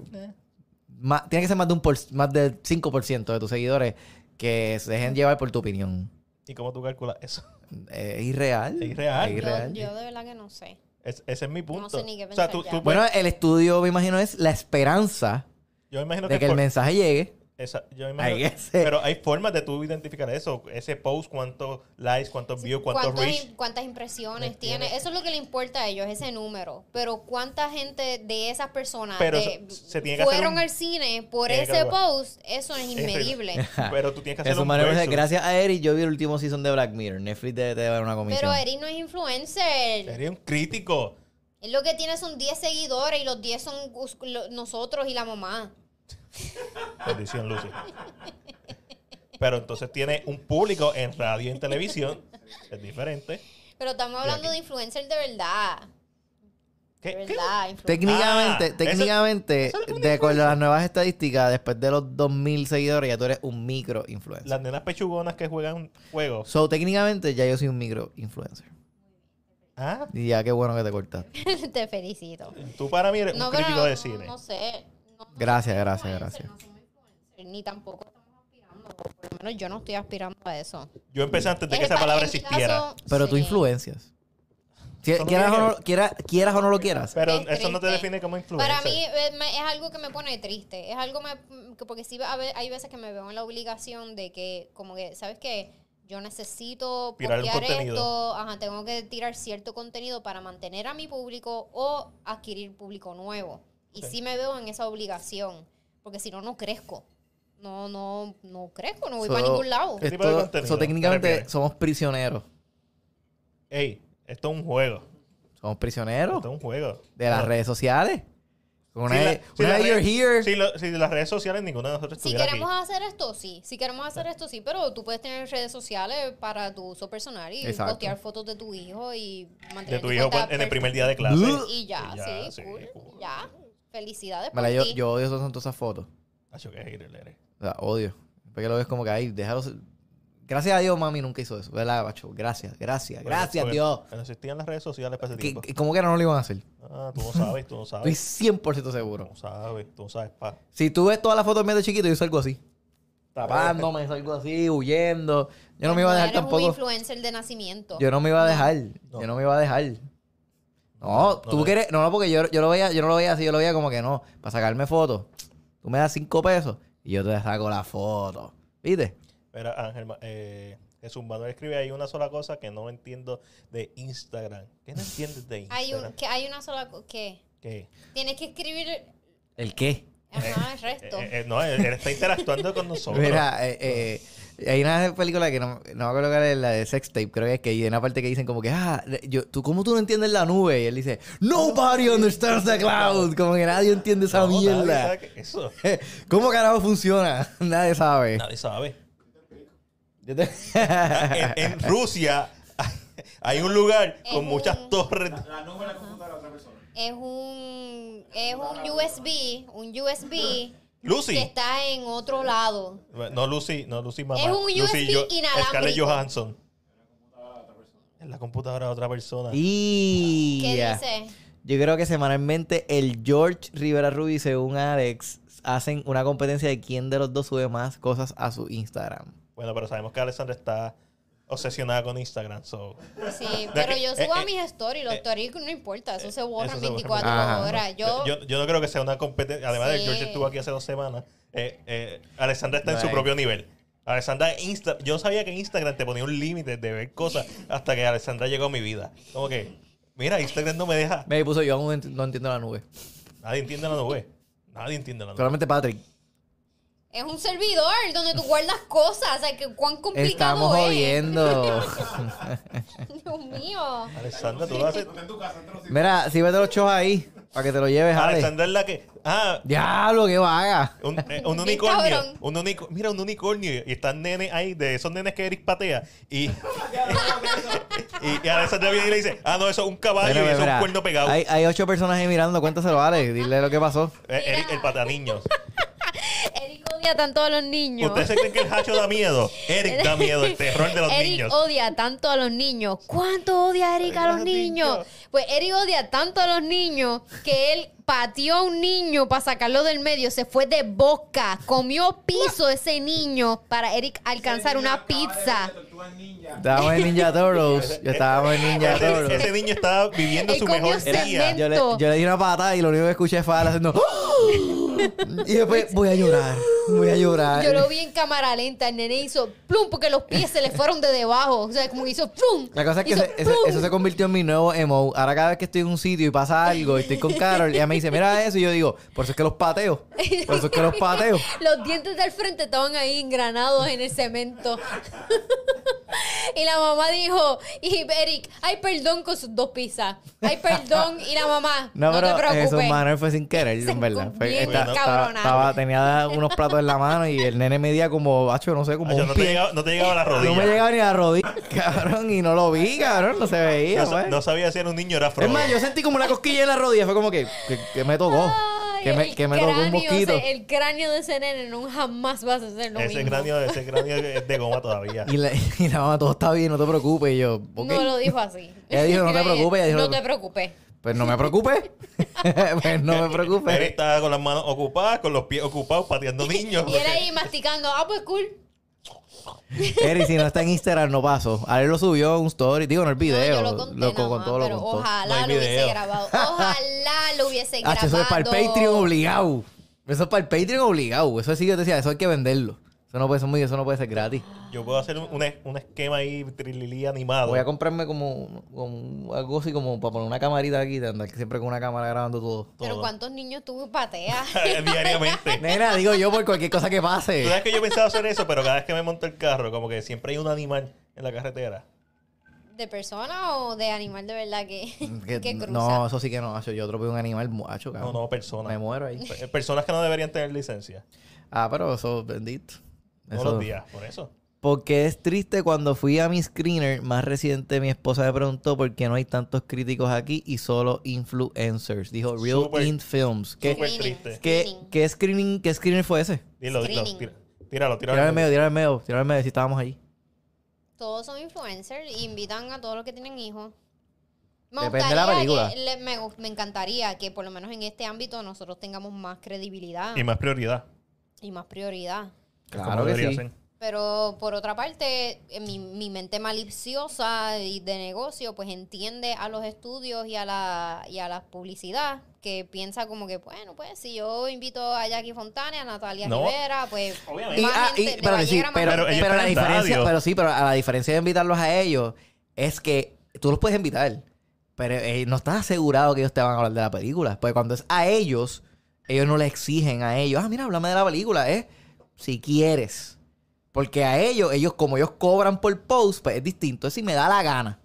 S2: ma- tiene que ser más de un por, más del 5% de tus seguidores que se dejen llevar por tu opinión.
S1: ¿Y cómo tú calculas eso?
S2: Eh, Es irreal.
S1: Es irreal.
S2: Es
S3: Yo-
S2: irreal.
S3: Yo, de verdad que no sé.
S1: Es- ese es mi punto.
S3: sé ni qué
S1: o sea, tú,
S3: pensar
S1: tú
S3: ya.
S2: Bueno, el estudio, me imagino, es la esperanza
S1: yo me imagino
S2: de que
S1: es
S2: el
S1: por-
S2: mensaje llegue.
S1: esa- yo me imagino-
S2: I guess.
S1: pero hay formas de tú identificar eso. Ese post, cuántos likes, cuántos views, cuántos,
S3: ¿Cuántos
S1: reach.
S3: im- ¿Cuántas impresiones
S1: Me
S3: tiene?
S1: tiene-
S3: Eso es lo que le importa a ellos, ese número. Pero cuánta gente de esas personas
S1: Pero
S3: de-
S1: se- se tiene que hacer
S3: fueron
S1: un-
S3: al cine por
S1: tiene que
S3: ese
S1: haber-
S3: post, eso es
S1: Es
S3: inmedible.
S1: Pero tú tienes que hacer
S2: Eso,
S1: un
S2: Mario,
S1: versus.
S2: gracias a Eric, yo vi el último season de Black Mirror. Netflix debe debe dar una comisión.
S3: Pero Eric no es influencer.
S1: Sería un crítico.
S3: Él lo que tiene son 10 seguidores y los 10 son us- lo- nosotros y la mamá.
S1: Bendición, Lucy. Pero entonces tiene un público en radio y en televisión. Es diferente.
S3: Pero estamos hablando de influencer de verdad.
S1: ¿Qué-
S3: De
S1: qué-
S3: verdad. influ-
S2: Técnicamente,
S1: Ah, eso-
S2: técnicamente,
S1: eso es lo que
S2: de acuerdo a las nuevas estadísticas, después de los 2000 seguidores, ya tú eres un micro influencer.
S1: Las nenas pechugonas que juegan juegos.
S2: So, técnicamente, ya yo soy un micro influencer.
S1: Ah,
S2: Y ya, qué bueno que te cortaste.
S3: Te felicito.
S1: tú para mí eres un crítico de cine.
S3: No sé. No- no
S2: Gracias,
S3: somos
S2: gracias,
S3: influencers,
S2: gracias.
S3: no somos influencers, Ni tampoco estamos aspirando. Por lo menos yo no estoy aspirando a eso.
S1: Yo empecé antes de
S3: En
S1: que esa
S3: pa-
S1: palabra
S3: en mi
S1: existiera.
S3: caso,
S2: Pero tú
S3: sí.
S2: influencias. Si-
S1: Eso no
S2: quieras, o
S1: tiene
S2: no, quiera- quieras o no lo quieras.
S1: Pero
S3: Es
S1: eso no te
S3: triste.
S1: define como influencer.
S3: Para mí eh, me- es algo que me pone triste. Es algo me- mm, que- porque sí a ve- hay veces que me veo en la obligación de que, como que, ¿sabes qué? Yo necesito
S1: Tirar un
S3: postear
S1: contenido.
S3: esto, ajá, tengo que tirar cierto contenido para mantener a mi público o adquirir público nuevo. Y
S1: Ok.
S3: sí me veo en esa obligación, porque si no, no crezco. No, no, no crezco, no voy
S2: So,
S3: para ningún lado.
S1: ¿Qué tipo de
S2: esto-
S1: contenido
S2: so,
S1: te
S2: técnicamente
S1: refieres?
S2: somos prisioneros.
S1: Ey, esto es un juego.
S2: Somos prisioneros
S1: Esto es un juego.
S2: de las
S1: No.
S2: redes sociales. Una
S1: Si la-
S2: vez-
S1: si
S2: una
S1: las
S2: vez you're
S1: redes-
S2: here.
S1: Si, lo- si las redes sociales ninguna de nosotros
S3: Si
S1: estuviera
S3: queremos
S1: aquí.
S3: hacer esto, sí. Si queremos hacer esto, sí. Pero tú puedes tener redes sociales para tu uso personal y
S2: Exacto.
S3: postear fotos de tu hijo y mantener
S1: De tu hijo pues,
S3: cuenta
S1: en el
S3: per-
S1: primer día de clase.
S2: Bluh.
S3: Y ya,
S1: Y ya,
S3: sí,
S1: sí,
S3: cool,
S1: cool.
S3: Ya. Felicidades por
S2: Mira, yo,
S3: ti.
S2: yo odio esas- son todas esas fotos.
S1: Acho, Ah, qué hater eres.
S2: O sea, odio. Porque lo ves como que ahí, déjalo. ser- Gracias a Dios, mami nunca hizo eso. ¿Verdad, macho? Gracias, gracias,
S1: Porque-
S2: gracias,
S1: porque
S2: Dios.
S1: No pues, existían las redes sociales para ese
S2: Que-
S1: tiempo.
S2: que- ¿Cómo que no lo iban a hacer?
S1: Ah, tú no sabes, tú no
S2: Estoy
S1: sabes.
S2: 100% seguro.
S1: Tú no sabes, tú no sabes, pa.
S2: Si tú ves todas las fotos mías de chiquito, yo salgo así. Tapándome, salgo así, huyendo. Yo no me iba a dejar
S3: Eres un
S2: tampoco.
S3: influencer de nacimiento.
S2: Yo no me iba a dejar.
S1: No.
S2: Yo no me iba a dejar. No, tú
S1: no.
S2: quieres. No, no, porque yo, yo lo veía, yo no lo veía así, yo lo veía como que no. Para sacarme fotos. Tú me das cinco pesos y yo te saco la foto. ¿Viste?
S1: Mira, Ángel, Ma- eh, Jesús Manuel escribe ahí una sola cosa que no entiendo de Instagram. ¿Qué no entiendes de
S3: Hay, un,
S1: Instagram?
S3: que hay una sola co- que
S1: ¿Qué? Eh,
S3: tienes que escribir
S2: ¿El qué?
S3: ajá, el
S1: Eh,
S3: resto.
S1: eh, no, él, él está interactuando con nosotros.
S2: Mira, eh, eh, hay una película que no, no me acuerdo cuál es, la de Sex Tape, creo que es que hay una parte que dicen como que, ah, yo, ¿tú, ¿cómo tú no entiendes la nube? Y él dice, Nobody understands the cloud. Como que nadie entiende esa
S1: No, nadie
S2: mierda.
S1: sabe que- eso,
S2: ¿Cómo carajo funciona? Nadie sabe.
S1: nadie sabe.
S2: Yo te-
S1: En, en Rusia hay, hay un lugar con
S3: Es
S1: muchas
S3: un-
S1: torres.
S4: La nube la computa a la otra persona.
S3: Es un es un USB, un USB que
S1: Lucy.
S3: está en otro lado.
S1: No, Lucy, no, Lucy, mamá.
S3: Es un
S1: Lucy,
S3: USB inalámbrico.
S1: Scarlett Johansson. En la computadora de otra persona.
S2: Y
S3: ¿Qué dice?
S2: yo creo que semanalmente el George Rivera Rubio, según Alex, hacen una competencia de quién de los dos sube más cosas a su Instagram.
S1: Bueno, pero sabemos que Alessandra está obsesionada con Instagram, so.
S3: Sí, pero yo subo
S1: eh,
S3: a
S1: eh,
S3: mis stories, los
S1: eh,
S3: stories no importa, eso se borra
S1: Eso
S3: en
S1: se borra.
S3: 24
S2: Ajá.
S3: horas. Yo,
S1: Yo, yo no creo que sea una competencia. Además de que
S3: Sí.
S1: George estuvo aquí hace dos semanas. eh, eh, Alessandra está en su
S2: Right.
S1: propio nivel. Alessandra, Insta yo sabía que Instagram te ponía un límite de ver cosas hasta que Alessandra llegó a mi vida. Como que, mira, Instagram no me deja.
S2: Me puso yo aún ent- no entiendo la nube.
S1: Nadie entiende la nube. Nadie entiende la nube.
S2: Solamente Patrick.
S3: es un servidor donde tú guardas cosas, o sea, que cuán complicado
S2: Estamos
S3: ¿eh? es.
S2: jodiendo.
S3: Dios mío.
S1: Alessandra, tú lo haces.
S4: No está en tu casa, entra así.
S2: Mira, si vete los shows ahí, para que te lo lleves, Ale.
S1: Alessandra es la que. Ah,
S2: Diablo, qué vaga.
S1: Un, eh, un
S3: Bien
S1: unicornio.
S3: cabrón.
S1: Un unico- mira, un unicornio. Y están nenes ahí, de esos nenes que Eric patea. Y, y, y Alessandra viene y le dice, ah, no, eso es un caballo
S2: Mira,
S1: y eso es
S2: mira,
S1: un cuerno pegado.
S2: Hay, hay ocho personas ahí mirando, cuéntaselo, Ale. Dile lo que pasó.
S1: Eh, Eric, el pata niños.
S3: Eric odia tanto a los niños.
S1: ¿Ustedes se creen que el hacho da miedo? Eric da miedo, el terror de los
S3: Eric
S1: niños.
S3: odia tanto a los niños. ¿Cuánto odia Eric a los niños? Pues Eric odia tanto a los niños que él pateó a un niño para sacarlo del medio, se fue de boca, comió piso ese niño para Eric alcanzar una pizza.
S4: Tortuga ninja.
S2: Estábamos en Ninja Turtles. Yo estábamos en Ninja
S1: Ese,
S2: Turtles.
S1: ese niño estaba viviendo
S3: Él
S1: su
S3: comió
S1: mejor
S3: semen.
S1: día.
S2: Yo le, yo le di una patada y lo único que escuché fue a Ale haciendo. "¡Oh!". Y después voy a llorar. Voy a llorar.
S3: Yo lo vi en cámara lenta, el nene hizo plum porque los pies se le fueron de debajo, o sea, como que hizo plum.
S2: La cosa es que
S3: hizo
S2: se- ese-
S3: plum.
S2: eso se convirtió en mi nuevo emo. Ahora cada vez que estoy en un sitio y pasa algo y estoy con Carol, ella me dice, mira eso, y yo digo, por eso es que los pateo. Por eso es que los pateo.
S3: Los dientes del frente estaban ahí engranados en el cemento. y la mamá dijo, y Eric, ay perdón con sus dos pizzas. Ay perdón. Y la mamá,
S2: No,
S3: no,
S2: pero
S3: te preocupes.
S2: eso Manuel fue sin querer,
S3: Se
S2: en verdad. Fue-
S3: bien
S2: esta- esta-
S3: cabrona.
S2: estaba- tenía unos platos en la mano y el nene medía como, hacho, Ah, no sé, como
S1: Hacho,
S2: un
S1: no, te
S2: pie.
S1: llegaba, no te llegaba a la rodilla.
S2: No
S1: No,
S2: me llegaba ni a la rodilla, cabrón, y no lo vi, cabrón, no se veía.
S1: sa-
S2: pues.
S1: no sabía si era un niño o era
S2: es
S1: Frodo.
S2: más, yo sentí como una cosquilla en la rodilla, fue como que, que, que me tocó.
S3: Ay, eh.
S2: Que me,
S3: El
S2: que me tocó un
S3: cráneo,
S2: mosquito.
S3: se- el cráneo de ese nene no jamás vas a hacer lo
S1: Ese
S3: mismo.
S1: cráneo, ese cráneo es de goma todavía.
S2: Y la, y la mamá, todo está bien, no te preocupes. Y yo, ok.
S3: No lo dijo así.
S2: Ella dijo, "No te preocupes", ella dijo,
S3: no
S2: "No te
S3: te preocupes.
S2: Pues no me preocupes. pues no me
S1: Él
S2: preocupes.
S1: estaba con las manos ocupadas, con los pies ocupados, pateando niños.
S3: Y él ahí masticando. Ah, pues cool.
S2: Eri, si no está en Instagram, no paso. Ale lo subió un story, digo, en el
S3: No,
S2: video.
S3: yo lo conté,
S2: Loco,
S3: nada
S2: con
S3: más,
S2: todo lo
S3: pero
S2: contó.
S1: No
S3: Ojalá
S1: hay
S3: lo hubiese
S1: video.
S3: grabado. Ojalá lo hubiese
S2: Ah,
S3: grabado.
S2: eso es para el Patreon obligado. Eso es para el Patreon obligado. Eso sí que te decía, eso hay que venderlo. Eso no puede ser muy, eso no puede ser gratis.
S1: Yo puedo hacer un, un es- un esquema ahí, trililí animado.
S2: Voy a comprarme como, como algo así como para poner una camarita aquí, de andar siempre con una cámara grabando todo.
S3: Pero
S1: todo.
S3: ¿cuántos niños tú pateas?
S1: Eh, Diariamente.
S2: Nena, digo yo por cualquier cosa que
S1: Tú
S2: pase.
S1: sabes que yo pensaba hacer eso, pero cada vez que me monto el carro, como que siempre hay un animal en la carretera.
S3: ¿De persona o de animal de verdad que,
S2: Que-
S3: que cruza?
S2: no, eso sí que no, macho. Yo atropello un animal, macho,
S1: No,
S2: cabrón.
S1: no, personas.
S2: Me muero ahí.
S1: Pe- Personas que no deberían tener licencia.
S2: Ah, pero eso, bendito.
S1: Todos
S2: Eso-
S1: los días, por eso.
S2: Porque es triste cuando fui a mi screener más reciente, mi esposa me preguntó por qué no hay tantos críticos aquí y solo influencers. Dijo Real
S1: Súper.
S2: In Films. ¿Qué,
S1: Súper
S3: Screening,
S1: triste.
S2: qué,
S3: screening.
S2: qué screening, ¿Qué screener fue ese?
S1: Dilo, dilo.
S3: Screening.
S1: tira- Tíralo, tíralo.
S2: Tirar al medio, tirar al medio, tirar al medio si estábamos ahí.
S3: Todos son influencers y invitan a todos los que tienen hijos. Me
S2: Depende de la
S3: gustaría
S2: película.
S3: que- le- me, gu- me encantaría que por lo menos en este ámbito nosotros tengamos más credibilidad
S1: Y más prioridad.
S3: y más prioridad.
S1: que es
S2: Claro
S1: como
S2: que
S1: debería
S2: sí.
S1: ser.
S3: Pero por otra parte, eh, mi, mi mente maliciosa y de negocio, pues entiende a los estudios y a la, y a la publicidad, que piensa como que, bueno, pues si yo invito a Jackie Fontana, a Natalia
S1: No.
S3: Rivera, pues
S4: Obviamente.
S2: Y,
S3: más
S2: ah, y-
S3: gente le va a
S2: espérate, sí,
S3: llegar a más
S2: pero,
S1: Pero ellos
S2: pero la
S1: tienen
S2: diferencia,
S1: radio.
S2: pero sí, pero a la diferencia de invitarlos a ellos es que tú los puedes invitar, pero eh, no estás asegurado que ellos te van a hablar de la película. Porque cuando es a ellos, ellos no le exigen a ellos, ah, mira, háblame de la película, ¿eh? Si quieres. Porque a ellos, ellos, como ellos cobran por post, pues es distinto, es si me da la gana.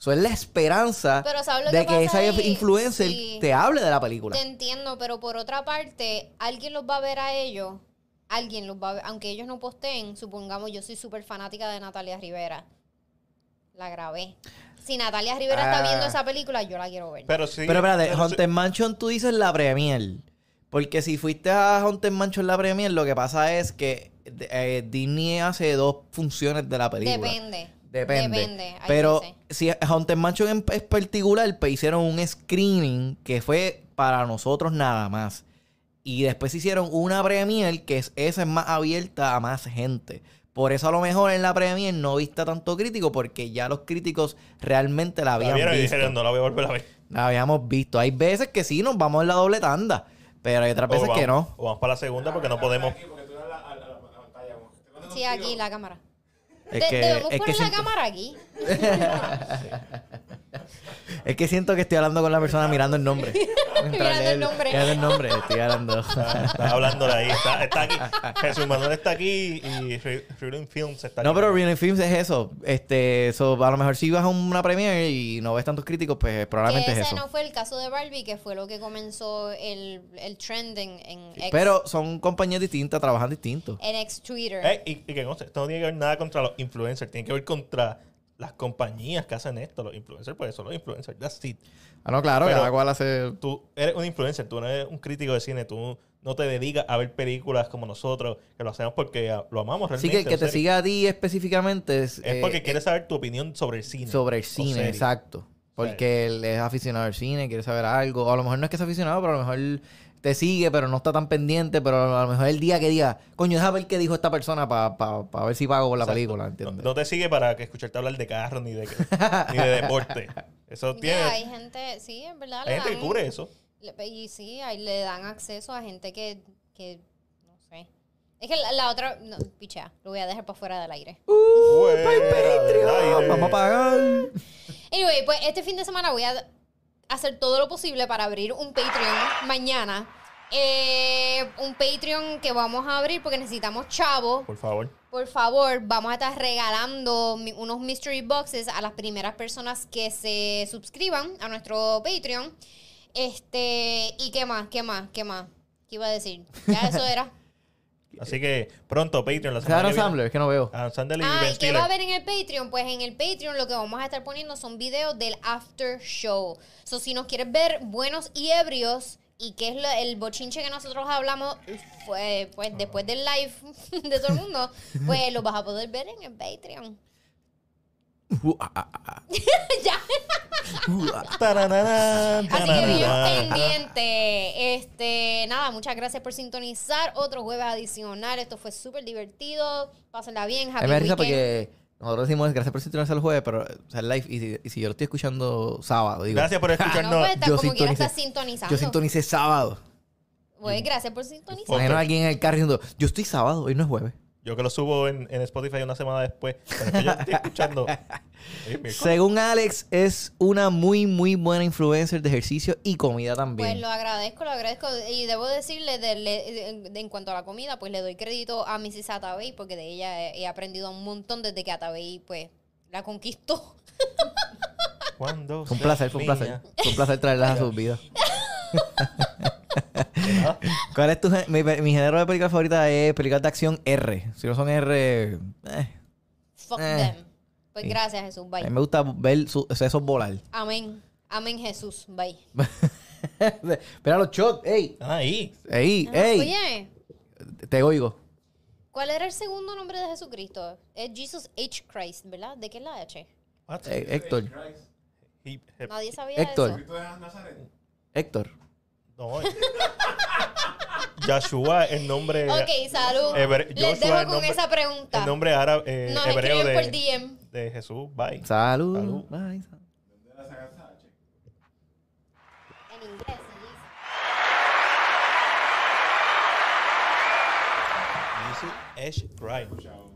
S2: Eso es la esperanza
S3: Pero, ¿sabes lo
S2: de
S3: que
S2: que,
S3: pasa
S2: esa
S3: ahí?
S2: influencer
S3: Sí.
S2: te hable de la película.
S3: Te entiendo, pero por otra parte, alguien los va a ver a ellos. Alguien los va a ver. Aunque ellos no posteen, supongamos, yo soy súper fanática de Natalia Rivera. La grabé. Si Natalia Rivera
S2: Ah.
S3: está viendo esa película, yo la quiero ver.
S1: Pero sí.
S2: Pero espérate,
S1: pero sí-
S2: Haunted Mansion tú dices la premier. Porque si fuiste a Haunted Mansion la premier, lo que pasa es que eh, Disney hace dos funciones de la película.
S3: Depende.
S2: Depende.
S3: Depende. hay
S2: Pero
S3: veces.
S2: si Haunted Mansion en es particular, pues hicieron un screening que fue para nosotros nada más. Y después hicieron una premier que es, esa es más abierta a más gente. Por eso a lo mejor en la premier no viste tanto crítico porque ya los críticos realmente la
S1: La
S2: habían
S1: vieron y
S2: visto.
S1: dijeron, no la voy a volver a ver.
S2: La habíamos visto. Hay veces que sí, nos vamos en la doble tanda. Pero hay otras
S1: O
S2: veces
S1: vamos-
S2: que no.
S1: O vamos para la segunda porque no podemos.
S4: Aquí, porque tú das la- a la- a la pantalla, amor. Te mandan un
S3: Sí, aquí
S4: tiro.
S3: la cámara.
S2: Es
S3: De-
S2: que, es,
S3: debemos
S2: que
S3: poner la
S2: siento,
S3: cámara aquí.
S2: es que siento que estoy hablando con la persona mirando el nombre. Mientras lee
S3: el nombre.
S2: Mirando el nombre. Estoy hablando.
S1: Está hablando de ahí. Está, está aquí. Jesús Manuel está aquí y Re- Reading Films está aquí.
S2: no, pero Real Films es eso. Este, so, a lo mejor si vas a una premiere y no ves tantos críticos, pues probablemente
S3: Que
S2: es
S3: ese
S2: eso.
S3: no fue el caso de Barbie, que fue lo que comenzó el, el trend en, en ex,
S2: Pero son compañías distintas, trabajan distintos.
S3: en ex Twitter.
S1: Eh, y, y que conste, esto no tiene que ver nada contra los influencers, tiene que ver contra las compañías que hacen esto, los influencers, pues eso, los influencers, that's it.
S2: Ah, no, claro,
S1: Pero-
S2: cada cual hace.
S1: Tú eres un influencer, tú no eres un crítico de cine, tú no te dedicas a ver películas como nosotros, que lo hacemos porque ah, lo amamos
S2: Así
S1: realmente.
S2: que el que
S1: en
S2: te
S1: serio.
S2: siga a ti específicamente es.
S1: Es
S2: eh,
S1: porque quieres saber tu opinión sobre el cine.
S2: Sobre el
S1: o
S2: cine,
S1: serie.
S2: exacto. Porque él es aficionado al cine, quiere saber algo. O a lo mejor no es que es aficionado, pero a lo mejor te sigue, pero no está tan pendiente. Pero a lo mejor el día que diga, coño, déjame ver qué dijo esta persona para ver si pago por la
S1: Exacto.
S2: película,
S1: No,
S2: ¿entiendes?
S1: no te sigue para que escucharte hablar de carro ni de, ni de deporte. Eso
S3: Ya,
S1: tiene.
S3: hay gente, sí, en verdad. le
S1: hay gente que
S3: dan-
S1: cubre eso.
S3: le- Y sí, ahí le dan acceso a gente que, que no sé. Es que la, la otra, no, pichea, lo voy a dejar para fuera del aire.
S1: Fuera del aire.
S2: Uh, Vamos a pagar.
S3: Anyway, pues este fin de semana voy a hacer todo lo posible para abrir un Patreon mañana. Eh, un Patreon que vamos a abrir porque necesitamos chavos
S1: Por favor.
S3: Por favor, vamos a estar regalando mi- unos mystery boxes a las primeras personas que se suscriban a nuestro Patreon. Este, y qué más, qué más, qué más. ¿Qué iba a decir? Ya eso era.
S1: Así que pronto, Patreon, la
S2: ¿Se
S1: semana
S2: da Adam
S1: que viene.
S2: Sandler? Es que no veo.
S1: Adam Sandler y
S3: Ah,
S1: Ben
S3: ¿y qué va a
S1: Stiller.
S3: haber en el Patreon? Pues en el Patreon lo que vamos a estar poniendo son videos del after show. So, si nos quieres ver buenos y ebrios, y que es lo- el bochinche que nosotros hablamos fue, pues después del live de todo el mundo, pues lo vas a poder ver en el Patreon.
S2: Uh, ah,
S3: ya.
S1: Tarararán,
S3: Así que bien
S1: tarararán.
S3: pendiente. Este, nada, muchas gracias por sintonizar. Otro jueves adicional. Esto fue súper divertido. Pásenla bien,
S2: A mí
S3: happy
S2: me da risa porque
S3: weekend.
S2: nosotros decimos gracias por sintonizarse el jueves, pero o sea, el live, y si, y si yo lo estoy escuchando sábado, digo,
S1: Gracias por
S3: Ah, no,
S1: escucharnos.
S3: pues, está-
S2: yo
S3: como
S2: sintonice-
S3: quiera estás sintonizando.
S2: yo sintonicé sábado.
S3: Pues, gracias por sintonizar.
S1: Fuck.
S2: Imagino a alguien en el carro diciendo, yo estoy sábado, hoy no es jueves.
S1: Yo que lo subo en, en Spotify una semana después. Pero es que yo estoy escuchando. Oye, mi-
S2: Según Alex, es una muy, muy buena influencer de ejercicio y comida
S3: Pues
S2: también.
S3: lo agradezco, lo agradezco. Y debo decirle, de- le- de- en cuanto a la comida, pues le doy crédito a Mrs. Atabey, porque de ella he, he aprendido un montón desde que Atabey, pues, la conquistó.
S1: Cuando
S2: Fue un placer, fue un
S1: seas
S2: placer.
S1: mía.
S2: Fue un placer traerlas a sus vidas. ¿Cuál es tu gen- mi, mi género de película favorita es películas de acción R. Si no son R, eh,
S3: Fuck
S2: Eh.
S3: them. Pues
S2: Sí.
S3: gracias, Jesús.
S2: a mí
S3: Bye.
S2: me gusta ver su- esos volar.
S3: Amén. Amén, Jesús. Bye.
S2: Espera los shots, ey.
S1: Están ahí.
S2: Ey,
S3: Ajá.
S2: ey.
S3: Ah, Oye,
S2: Te oigo.
S3: ¿cuál era el segundo nombre de Jesucristo? Es Jesus H. Christ, ¿verdad? ¿De qué es la H?
S1: What? eh,
S2: Eh, Héctor.
S4: Christ.
S1: Hip, hip.
S3: Nadie sabía
S2: Héctor.
S3: eso.
S4: ¿Tú dejas Nazaret?
S2: Héctor.
S1: No, eh. Yahshua es el nombre.
S3: Ok, salud.
S1: Ebre-
S3: Les
S1: Joshua,
S3: dejo
S1: el
S3: con
S1: nombre-
S3: esa pregunta.
S1: El nombre árabe, eh,
S3: Nos
S1: hebreo
S3: escriben por
S1: de,
S3: DM.
S1: de Jesús. Bye.
S2: Salud.
S1: Salud.
S2: Ay, salud.
S4: ¿Dónde la sacaste esa H?
S3: En inglés, sí dice.
S1: Jesus H. Christ.
S4: Chao.